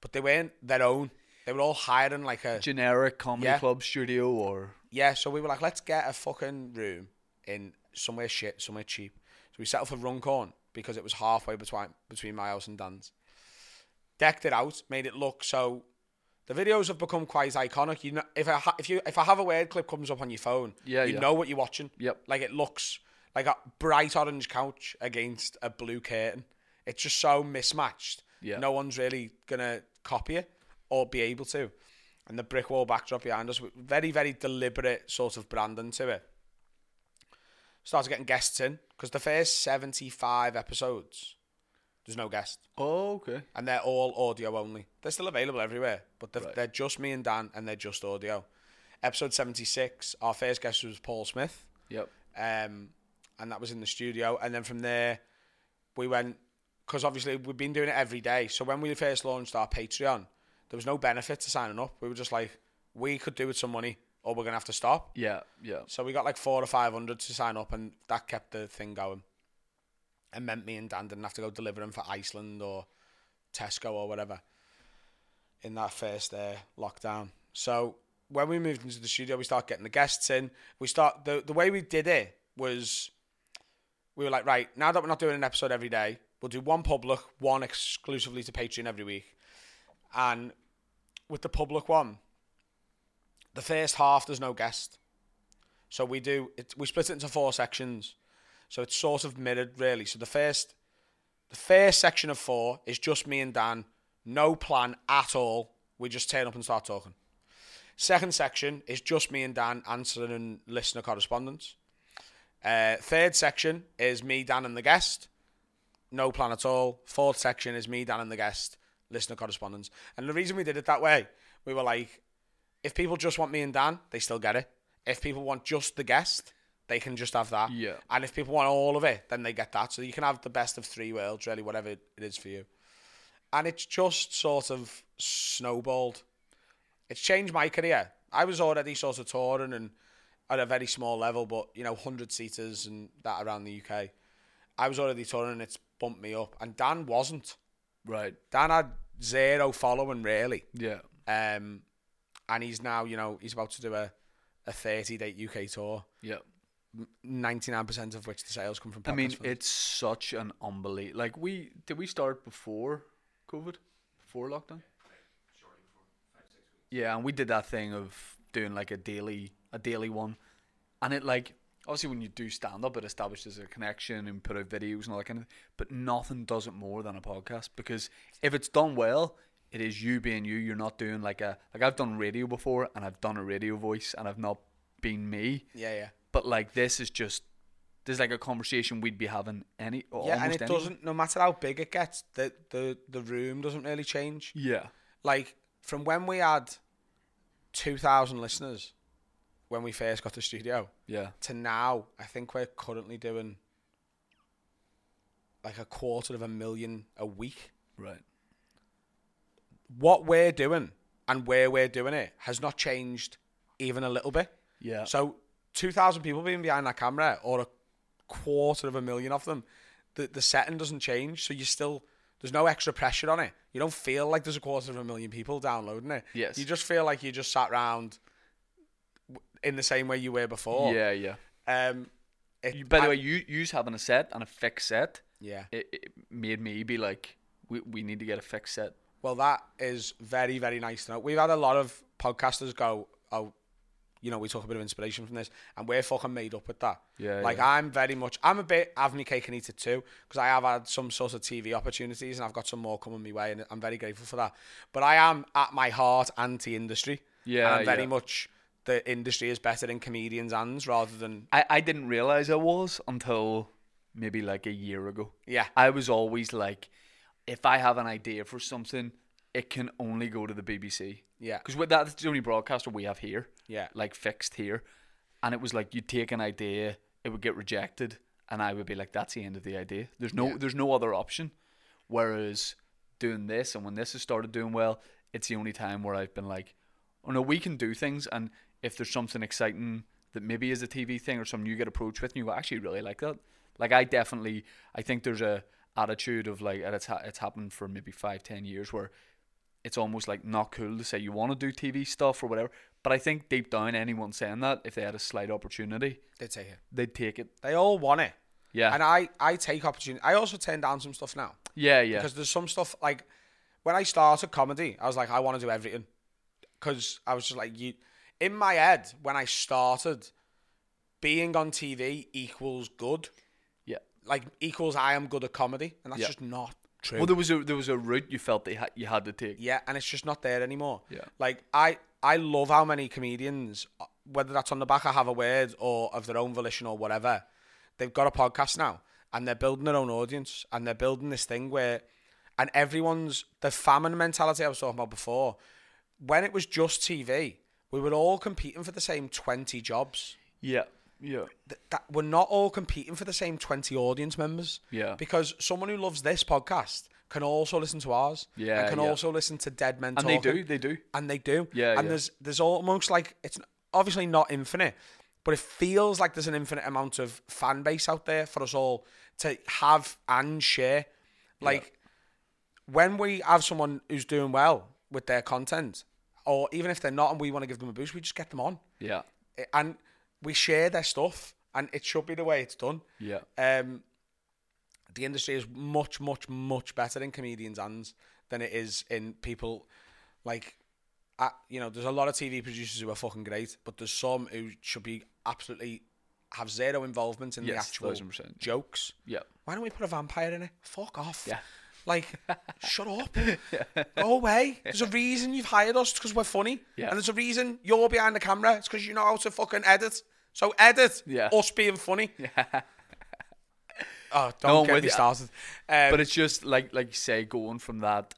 [SPEAKER 3] but they weren't their own. They were all hiring like a
[SPEAKER 1] Generic comedy
[SPEAKER 3] Yeah.
[SPEAKER 1] club studio or
[SPEAKER 3] yeah, so we were like, let's get a fucking room in somewhere shit, somewhere cheap. So we set up for Runcorn because it was halfway between between my house and Dan's. Decked it out, made it look so. The videos have become quite iconic. You know, if I ha- if you if I have a word clip comes up on your phone,
[SPEAKER 1] Yeah,
[SPEAKER 3] you
[SPEAKER 1] yeah.
[SPEAKER 3] know what you're watching.
[SPEAKER 1] Yep.
[SPEAKER 3] Like it looks like a bright orange couch against a blue curtain. It's just so mismatched.
[SPEAKER 1] Yeah.
[SPEAKER 3] No one's really gonna copy it or be able to. And the brick wall backdrop behind us, with very very deliberate sort of branding to it. Started getting guests in because the first seventy five episodes, there's no guest
[SPEAKER 1] Oh, okay.
[SPEAKER 3] and they're all audio only. They're still available everywhere, but they're,
[SPEAKER 1] Right.
[SPEAKER 3] they're just me and Dan, and they're just audio. Episode seventy six, our first guest was Paul Smith,
[SPEAKER 1] Yep.
[SPEAKER 3] um, and that was in the studio. And then from there, we went because obviously we've been doing it every day. So when we first launched our Patreon, there was no benefit to signing up. We were just like, we could do with some money, or we're gonna have to stop.
[SPEAKER 1] Yeah, yeah.
[SPEAKER 3] So we got like four or five hundred to sign up, and that kept the thing going. And meant me and Dan didn't have to go deliver them for Iceland or Tesco or whatever in that first uh, lockdown. So when we moved into the studio, we start getting the guests in. We start the the way we did it was we were like, right now that we're not doing an episode every day, we'll do one public, one exclusively to Patreon every week. And with the public one, the first half there's no guest. So we do it, we split it into four sections. So it's sort of mirrored really. So the first the first section of four is just me and Dan, no plan at all. We just turn up and start talking. Second section is just me and Dan answering listener correspondence. Uh, third section is me, Dan, and the guest. No plan at all. Fourth section is me, Dan, and the guest. Listener correspondence. And the reason we did it that way, we were like, if people just want me and Dan, they still get it. If people want just the guest, they can just have that.
[SPEAKER 1] Yeah.
[SPEAKER 3] And if people want all of it, then they get that. So you can have the best of three worlds, really, whatever it is for you. And it's just sort of snowballed. It's changed my career. I was already sort of touring and at a very small level, but you know, hundred seaters and that around the UK. I was already touring and it's bumped me up. And Dan wasn't.
[SPEAKER 1] Right.
[SPEAKER 3] Dan had zero following really.
[SPEAKER 1] Yeah.
[SPEAKER 3] Um, and he's now, you know, he's about to do a, a 30 date UK tour,
[SPEAKER 1] Yeah.
[SPEAKER 3] 99% of which the sales come from
[SPEAKER 1] I mean,
[SPEAKER 3] podcast funds.
[SPEAKER 1] it's such an unbelievable. Like we did we start before COVID, before lockdown? Yeah, and we did that thing of doing like a daily, a daily one, and it like obviously when you do stand up, it establishes a connection and put out videos and all that kind of. But nothing does it more than a podcast because if it's done well, it is you being you. You're not doing like a like I've done radio before and I've done a radio voice and I've not been me
[SPEAKER 3] yeah, yeah.
[SPEAKER 1] but like this is just there's like a conversation we'd be having any or
[SPEAKER 3] Yeah, and
[SPEAKER 1] almost
[SPEAKER 3] it
[SPEAKER 1] any-
[SPEAKER 3] doesn't, no matter how big it gets, the, the, the room doesn't really change.
[SPEAKER 1] yeah
[SPEAKER 3] Like, from when we had 2,000 listeners when we first got the studio,
[SPEAKER 1] yeah
[SPEAKER 3] to now, I think we're currently doing like a quarter of a million a week.
[SPEAKER 1] right
[SPEAKER 3] What we're doing and where we're doing it has not changed even a little bit.
[SPEAKER 1] yeah
[SPEAKER 3] So, 2,000 people being behind that camera or a quarter of a million of them, the, the setting doesn't change. So, you still, there's no extra pressure on it. You don't feel like there's a quarter of a million people downloading it.
[SPEAKER 1] Yes.
[SPEAKER 3] You just feel like you just sat round w- in the same way you were before.
[SPEAKER 1] yeah yeah
[SPEAKER 3] Um, it-
[SPEAKER 1] you, by the
[SPEAKER 3] Oh. I-
[SPEAKER 1] way you you's having a set and a fixed set
[SPEAKER 3] Yeah.
[SPEAKER 1] it, it made me be like we, we need to get a fixed set
[SPEAKER 3] Well, that is very, very nice to know. We've had a lot of podcasters go, oh, you know, we took a bit of inspiration from this, and we're fucking made up with that.
[SPEAKER 1] Yeah,
[SPEAKER 3] Like,
[SPEAKER 1] yeah.
[SPEAKER 3] I'm very much, I'm a bit have me cake and eat it too, because I have had some sort of TV opportunities and I've got some more coming my way, and I'm very grateful for that. But I am, at my heart, anti industry.
[SPEAKER 1] Yeah,
[SPEAKER 3] And I'm very
[SPEAKER 1] yeah.
[SPEAKER 3] much, the industry is better in comedians' hands rather than,
[SPEAKER 1] I, I didn't realize I was until maybe like a year ago.
[SPEAKER 3] Yeah.
[SPEAKER 1] I was always like, if I have an idea for something, it can only go to the BBC.
[SPEAKER 3] Yeah.
[SPEAKER 1] Because with that, that's the only broadcaster we have here.
[SPEAKER 3] Yeah.
[SPEAKER 1] Like fixed here, and it was like you'd take an idea, it would get rejected, and I would be like, "That's the end of the idea." There's no,
[SPEAKER 3] Yeah.
[SPEAKER 1] there's no other option. Whereas doing this, and when this has started doing well, it's the only time where I've been like, "Oh no, we can do things." And if there's something exciting that maybe is a TV thing or something you get approached with, and you go, "I actually really like that. Like I definitely, I think there's a attitude of like, and it's ha- it's happened for maybe five, ten years where it's almost like not cool to say you want to do TV stuff or whatever. But I think deep down, anyone saying that, if they had a slight opportunity,
[SPEAKER 3] They take it.
[SPEAKER 1] they'd take it.
[SPEAKER 3] They all want it.
[SPEAKER 1] Yeah,
[SPEAKER 3] And I, I take opportunity. I also turn down some stuff now.
[SPEAKER 1] yeah, yeah,
[SPEAKER 3] because there's some stuff like when I started comedy, I was like, I want to do everything because I was just like, you in my head when I started, being on TV equals good,
[SPEAKER 1] yeah.
[SPEAKER 3] like equals I am good at comedy, and that's
[SPEAKER 1] Yeah.
[SPEAKER 3] just not true.
[SPEAKER 1] Well, there was a there was a route you felt they had you had to take.
[SPEAKER 3] yeah, and it's just not there anymore.
[SPEAKER 1] Yeah.
[SPEAKER 3] like I, I love how many comedians, uh, whether that's on the back of Have a Word or of their own volition or whatever, they've got a podcast now and they're building their own audience and they're building this thing where and everyone's the famine mentality I was talking about before. When it was just TV, we were all competing for the same 20 jobs.
[SPEAKER 1] Yeah, yeah,
[SPEAKER 3] Th- that we're not all competing for the same 20 audience members.
[SPEAKER 1] Yeah.
[SPEAKER 3] Because someone who loves this podcast can also listen to ours.
[SPEAKER 1] Yeah,
[SPEAKER 3] And can
[SPEAKER 1] yeah.
[SPEAKER 3] also listen to Dead Men
[SPEAKER 1] and they do, they do.
[SPEAKER 3] and they do.
[SPEAKER 1] Yeah,
[SPEAKER 3] and
[SPEAKER 1] yeah.
[SPEAKER 3] there's there's almost like it's obviously not infinite, but it feels like there's an infinite amount of fan base out there for us all to have and share. Like when we have someone who's doing well with their content, or even if they're not and we want to give them a boost, we just get them on
[SPEAKER 1] Yeah,
[SPEAKER 3] and we share their stuff, and it should be the way it's done.
[SPEAKER 1] yeah,
[SPEAKER 3] Um, the industry is much, much, much better in comedians' hands than it is in people like, uh, you know, there's a lot of TV producers who are fucking great, but there's some who should be absolutely have zero involvement in the
[SPEAKER 1] Yes,
[SPEAKER 3] actual
[SPEAKER 1] 1000%.
[SPEAKER 3] jokes.
[SPEAKER 1] yeah.
[SPEAKER 3] Why don't we put a vampire in it? Fuck off.
[SPEAKER 1] Yeah.
[SPEAKER 3] Like, shut up. Go away. There's a reason you've hired us because we're funny.
[SPEAKER 1] Yeah.
[SPEAKER 3] And there's a reason you're behind the camera. It's because you know how to fucking edit. So edit
[SPEAKER 1] Yeah.
[SPEAKER 3] us being funny. oh,
[SPEAKER 1] No,
[SPEAKER 3] don't
[SPEAKER 1] I'm
[SPEAKER 3] get
[SPEAKER 1] with
[SPEAKER 3] me
[SPEAKER 1] you.
[SPEAKER 3] started. Um,
[SPEAKER 1] But it's just like like you say, going from that,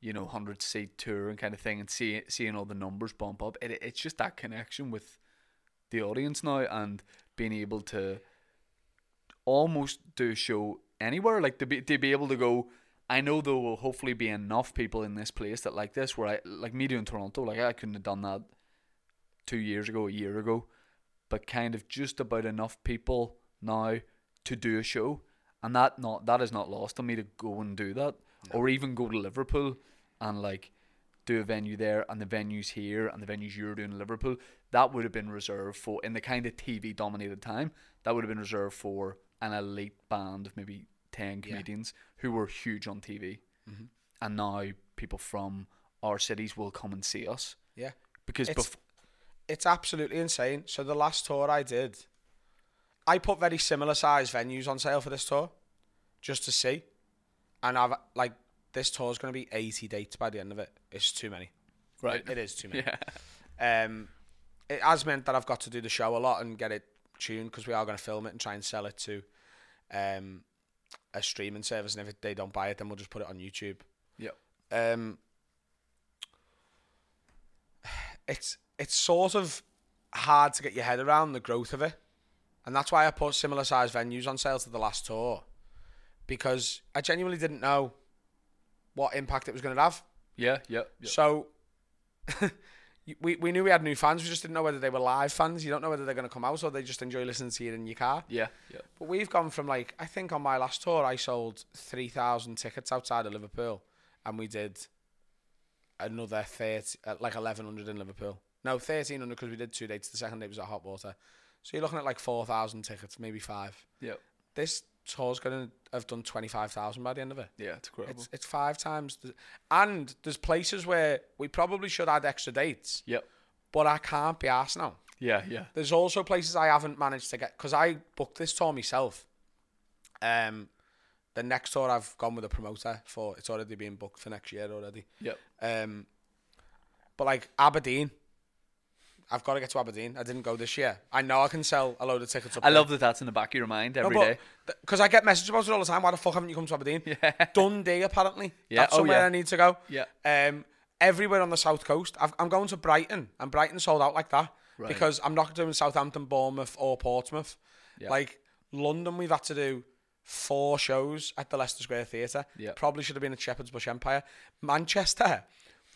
[SPEAKER 1] you know, hundred seat tour and kind of thing, and seeing seeing all the numbers bump up. It it's just that connection with the audience now, and being able to almost do a show anywhere, like to be to be able to go. I know there will hopefully be enough people in this place that like this, where I like me doing Toronto, like I couldn't have done that two years ago, a year ago, but kind of just about enough people now to do a show, and that not that is not lost on me to go and do that, or even go to Liverpool and like do a venue there, and the venues here, and the venues you're doing in Liverpool. That would have been reserved for in the kind of TV dominated time. That would have been reserved for an elite band of maybe ten comedians who were huge on TV, and now people from our cities will come and see us
[SPEAKER 3] yeah,
[SPEAKER 1] because
[SPEAKER 3] It's-
[SPEAKER 1] bef-
[SPEAKER 3] it's absolutely insane. So the last tour I did, I put very similar sized venues on sale for this tour, just to see, and I've like this tour's going to be 80 dates by the end of it. It's too many.
[SPEAKER 1] right.
[SPEAKER 3] It is too many. Um, it has meant that I've got to do the show a lot and get it tuned because we are going to film it and try and sell it to um, a streaming service. And if they don't buy it, then we'll just put it on YouTube.
[SPEAKER 1] Yep.
[SPEAKER 3] Um, it's it's sort of hard to get your head around the growth of it, and that's why I put similar sized venues on sale to the last tour, because I genuinely didn't know what impact it was going to have.
[SPEAKER 1] Yeah, yeah, yeah.
[SPEAKER 3] So we, we knew we had new fans. We just didn't know whether they were live fans. You don't know whether they're going to come out or they just enjoy listening to you in your car.
[SPEAKER 1] Yeah, yeah.
[SPEAKER 3] But we've gone from like, I think on my last tour, I sold 3,000 tickets outside of Liverpool and we did another 30, uh, like 1,100 in Liverpool. No, 1,300 because we did two dates. The second date was at Hot Water. So you're looking at like 4,000 tickets, maybe five.
[SPEAKER 1] Yeah.
[SPEAKER 3] This tour's going to have done 25,000 by the end of it.
[SPEAKER 1] Yeah, it's incredible.
[SPEAKER 3] It's, it's five times. The, and there's places where we probably should add extra dates,
[SPEAKER 1] yep.
[SPEAKER 3] but I can't be asked now.
[SPEAKER 1] Yeah, yeah.
[SPEAKER 3] There's also places I haven't managed to get because I booked this tour myself. Um, the next tour I've gone with a promoter for. It's already been booked for next year already.
[SPEAKER 1] Yep.
[SPEAKER 3] Um, but like Aberdeen, I've got to get to Aberdeen. I didn't go this year. I know I can sell a load of tickets. Up
[SPEAKER 1] I love that that's in the back of your mind every day.
[SPEAKER 3] Because I get messages about it all the time. Why the fuck haven't you come to Aberdeen? Dundee, apparently.
[SPEAKER 1] Yeah,
[SPEAKER 3] That's
[SPEAKER 1] oh,
[SPEAKER 3] somewhere
[SPEAKER 1] yeah.
[SPEAKER 3] I need to go.
[SPEAKER 1] Yeah.
[SPEAKER 3] Um, everywhere on the south coast. I've, I'm going to Brighton, and Brighton sold out like that
[SPEAKER 1] Right.
[SPEAKER 3] because I'm not doing Southampton, Bournemouth, or Portsmouth.
[SPEAKER 1] Yeah.
[SPEAKER 3] Like London, we've had to do four shows at the Leicester Square Theatre.
[SPEAKER 1] Yeah.
[SPEAKER 3] Probably should have been at Shepherd's Bush Empire. Manchester,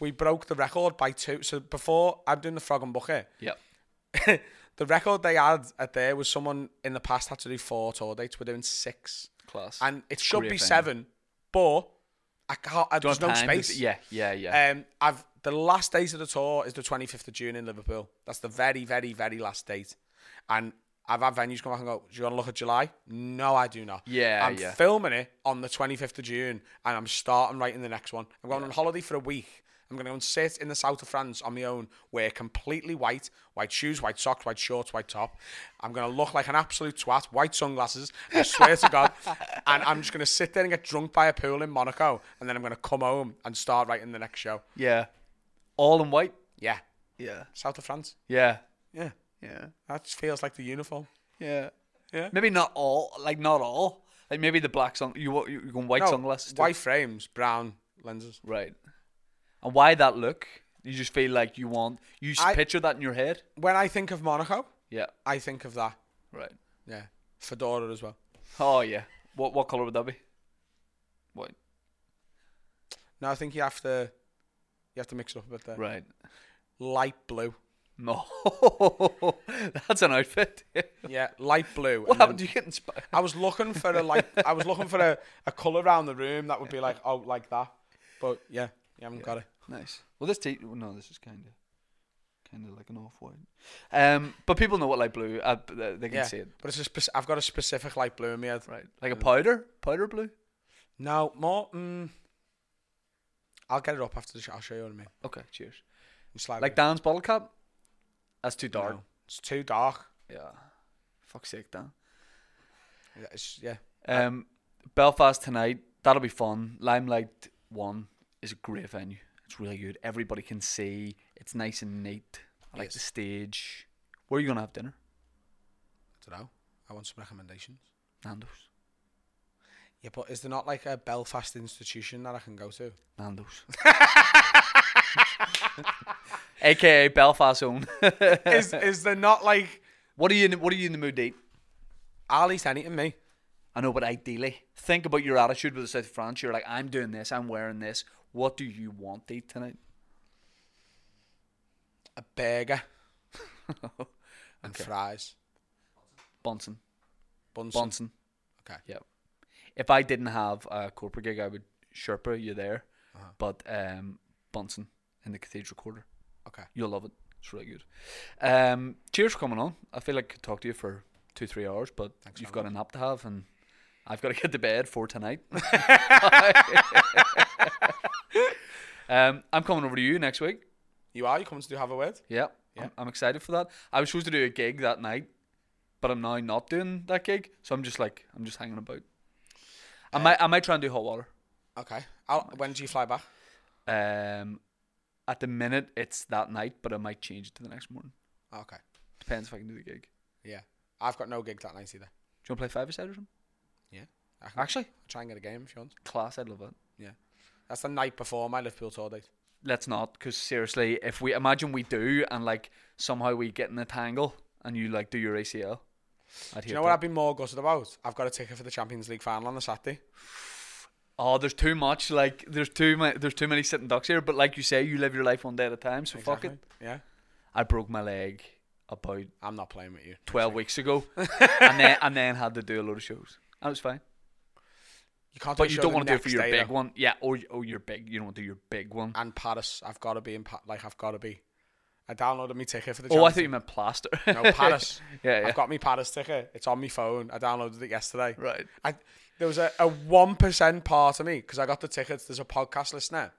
[SPEAKER 3] we broke the record by two. So before I'm doing the Frog and Bucket.
[SPEAKER 1] Yep.
[SPEAKER 3] the record they had at there was someone in the past had to do four tour dates. We're doing six,
[SPEAKER 1] Class.
[SPEAKER 3] and it should
[SPEAKER 1] Great
[SPEAKER 3] be
[SPEAKER 1] venue.
[SPEAKER 3] seven, but I can't. I, there's
[SPEAKER 1] Don't
[SPEAKER 3] no
[SPEAKER 1] have time to-
[SPEAKER 3] space.
[SPEAKER 1] Yeah, yeah, yeah.
[SPEAKER 3] Um, I've the last date of the tour is the 25th of June in Liverpool. That's the very, very, very last date, and. I've had venues come back and go, Do you want to look at July? No, I do not.
[SPEAKER 1] Yeah,
[SPEAKER 3] I'm
[SPEAKER 1] yeah.
[SPEAKER 3] filming it on the 25th of June and I'm starting writing the next one. I'm going on holiday for a week. I'm going to go and sit in the south of France on my own, wear completely white, white shoes, white socks, white shorts, white top. I'm going to look like an absolute twat, white sunglasses, I swear to God. And I'm just going to sit there and get drunk by a pool in Monaco. And then I'm going to come home and start writing the next show.
[SPEAKER 1] yeah. All in white.
[SPEAKER 3] Yeah,
[SPEAKER 1] Yeah.
[SPEAKER 3] south of France.
[SPEAKER 1] Yeah.
[SPEAKER 3] Yeah,
[SPEAKER 1] Yeah.
[SPEAKER 3] that just feels like the uniform.
[SPEAKER 1] Yeah.
[SPEAKER 3] Yeah.
[SPEAKER 1] Maybe not all. Like not all. Like maybe the black sun. You wa- you you going white
[SPEAKER 3] No,
[SPEAKER 1] sunglasses. too.
[SPEAKER 3] White frames, brown lenses.
[SPEAKER 1] Right. And why that look? You just feel like you want. You s
[SPEAKER 3] I-
[SPEAKER 1] picture that in your head.
[SPEAKER 3] When I think of Monaco,
[SPEAKER 1] Yeah.
[SPEAKER 3] I think of that.
[SPEAKER 1] Right.
[SPEAKER 3] Yeah, fedora as well.
[SPEAKER 1] Oh yeah. What what color would that be?
[SPEAKER 2] What?
[SPEAKER 3] No, I think you have to you have to mix it up a bit there.
[SPEAKER 1] Right.
[SPEAKER 3] Light blue.
[SPEAKER 1] No. That's an outfit.
[SPEAKER 3] Yeah, light blue.
[SPEAKER 1] what
[SPEAKER 3] and
[SPEAKER 1] happened? Do
[SPEAKER 3] then-
[SPEAKER 1] you get inspired?
[SPEAKER 3] I was looking for a light. I was looking for a, a color around the room that would be like oh like that, but yeah, you haven't got it.
[SPEAKER 1] Nice. Well, this tea. No, this is kind of, kind of like an off white. Um, but people know what light blue. Uh, b- they they can
[SPEAKER 3] Yeah,
[SPEAKER 1] see it.
[SPEAKER 3] but it's a spec- I've got a specific light blue in my head.
[SPEAKER 1] Right. Uh, Like a powder, powder blue.
[SPEAKER 3] No, more. Mm, I'll get it up after the show. I'll show you what I mean.
[SPEAKER 1] Okay. Cheers.
[SPEAKER 3] I'm slightly-
[SPEAKER 1] Like Dan's bottle cap. That's too dark.
[SPEAKER 3] No, it's too dark.
[SPEAKER 1] Yeah. Fuck's sake, Dan.
[SPEAKER 3] Yeah, It's, yeah,
[SPEAKER 1] Um, Belfast tonight. That'll be fun. Limelight One is a great venue. It's really good. Everybody can see. It's nice and neat. I like
[SPEAKER 3] Yes.
[SPEAKER 1] the stage. Where are you gonna have dinner?
[SPEAKER 3] I don't know. I want some recommendations.
[SPEAKER 1] Nando's.
[SPEAKER 3] Yeah, but is there not like a Belfast institution that I can go to?
[SPEAKER 1] Nando's. AKA Belfast own.
[SPEAKER 3] is is there not like
[SPEAKER 1] what are you in, what are you in the mood to eat?
[SPEAKER 3] I'll eat anything, me?
[SPEAKER 1] I know, but ideally, think about your attitude with the South of France. You're like, I'm doing this, I'm wearing this. What do you want to eat tonight?
[SPEAKER 3] A burger and fries.
[SPEAKER 1] Bunsen.
[SPEAKER 3] Bunsen.
[SPEAKER 1] Bunsen.
[SPEAKER 3] Okay.
[SPEAKER 1] Yep. If I didn't have a corporate gig, I would Sherpa you there. But um, Bunsen in the Cathedral Quarter.
[SPEAKER 3] Okay.
[SPEAKER 1] You'll love it. It's really good. Um, cheers for coming on. I feel like I could talk to you for two, three hours, but you've got a nap to have, and I've got to get to bed for tonight. um, I'm coming over to you next week.
[SPEAKER 3] You are? You coming to do have a word?
[SPEAKER 1] Yeah, I'm, I'm excited for that. I was supposed to do a gig that night, but I'm now not doing that gig, so I'm just like I'm just hanging about. I might I might try and do hot water.
[SPEAKER 3] Okay. I'll, when do you fly back?
[SPEAKER 1] Um, at the minute it's that night, but I might change it to the next morning.
[SPEAKER 3] Okay.
[SPEAKER 1] Depends if I can do the gig.
[SPEAKER 3] Yeah. I've got no gig that night either.
[SPEAKER 1] Do you want to play five aside or something?
[SPEAKER 3] Yeah. I can
[SPEAKER 1] Actually,
[SPEAKER 3] try and get a game if you want.
[SPEAKER 1] class. I'd love it.
[SPEAKER 3] Yeah. That's the night before my Liverpool tour date.
[SPEAKER 1] Let's not, because seriously, if we imagine we do and like somehow we get in a tangle and you like do your ACL, I'd
[SPEAKER 3] Do you
[SPEAKER 1] hear.
[SPEAKER 3] know
[SPEAKER 1] that.
[SPEAKER 3] what I've been more gutted about? I've got a ticket for the Champions League final on the Saturday.
[SPEAKER 1] Oh, there's too much. Like there's too many. There's too many sitting ducks here. But like you say, you live your life one day at a time. So fuck it.
[SPEAKER 3] Yeah.
[SPEAKER 1] I broke my leg about
[SPEAKER 3] I'm not playing with you.
[SPEAKER 1] twelve weeks ago, and then and then had to do a lot of shows. That was fine.
[SPEAKER 3] You can't
[SPEAKER 1] But you don't want
[SPEAKER 3] want
[SPEAKER 1] to do it for your big
[SPEAKER 3] one.
[SPEAKER 1] one. Yeah. Or oh, your big. You don't want to do your big one.
[SPEAKER 3] And Paris. I've got to be in pa- like I've got to be. I downloaded my ticket for the
[SPEAKER 1] Oh, I
[SPEAKER 3] Champions
[SPEAKER 1] thought you meant plaster.
[SPEAKER 3] No, Paris.
[SPEAKER 1] Yeah, yeah.
[SPEAKER 3] I've got my Paris ticket. It's on my phone. I downloaded it yesterday.
[SPEAKER 1] Right.
[SPEAKER 3] I, there was a a one percent part of me because I got the tickets. There's a podcast listener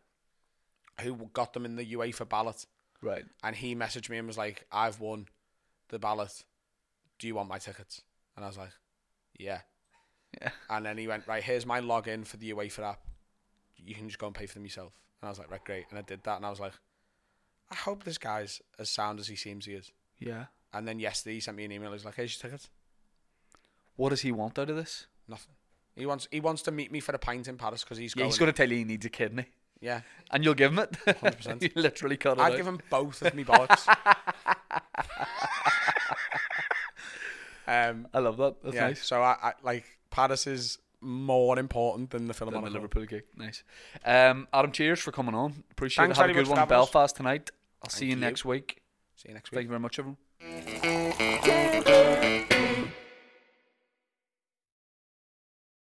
[SPEAKER 3] who got them in the UEFA ballot,
[SPEAKER 1] Right.
[SPEAKER 3] and he messaged me and was like, "I've won the ballot. Do you want my tickets?" And I was like, "Yeah."
[SPEAKER 1] Yeah.
[SPEAKER 3] And then he went, "Right, here's my login for the UEFA app. You can just go and pay for them yourself." And I was like, "Right, great." And I did that, and I was like, I hope this guy's as sound as he seems he is.
[SPEAKER 1] Yeah.
[SPEAKER 3] And then yesterday he sent me an email. He's like, "Here's your ticket."
[SPEAKER 1] What does he want out of this?
[SPEAKER 3] Nothing. He wants he wants to meet me for a pint in Paris because he's
[SPEAKER 1] Yeah,
[SPEAKER 3] going.
[SPEAKER 1] he's got to tell you he needs a kidney.
[SPEAKER 3] yeah.
[SPEAKER 1] And you'll give him it.
[SPEAKER 3] 100%.
[SPEAKER 1] you literally cut it
[SPEAKER 3] I'd
[SPEAKER 1] out.
[SPEAKER 3] give him both of me bollocks. um,
[SPEAKER 1] I love that. That's
[SPEAKER 3] yeah.
[SPEAKER 1] nice.
[SPEAKER 3] So I, I like Paris is more important than the
[SPEAKER 1] Than the
[SPEAKER 3] Philharmonic. Hall.
[SPEAKER 1] Liverpool gig. Nice. Um, Adam, cheers for coming on. Appreciate
[SPEAKER 3] Thanks
[SPEAKER 1] it. Have a
[SPEAKER 3] very
[SPEAKER 1] good
[SPEAKER 3] much
[SPEAKER 1] one.
[SPEAKER 3] for having us.
[SPEAKER 1] Belfast tonight. I'll see you
[SPEAKER 3] you.
[SPEAKER 1] next week.
[SPEAKER 3] See you next week.
[SPEAKER 1] Thank you very much, everyone.
[SPEAKER 4] Thank you.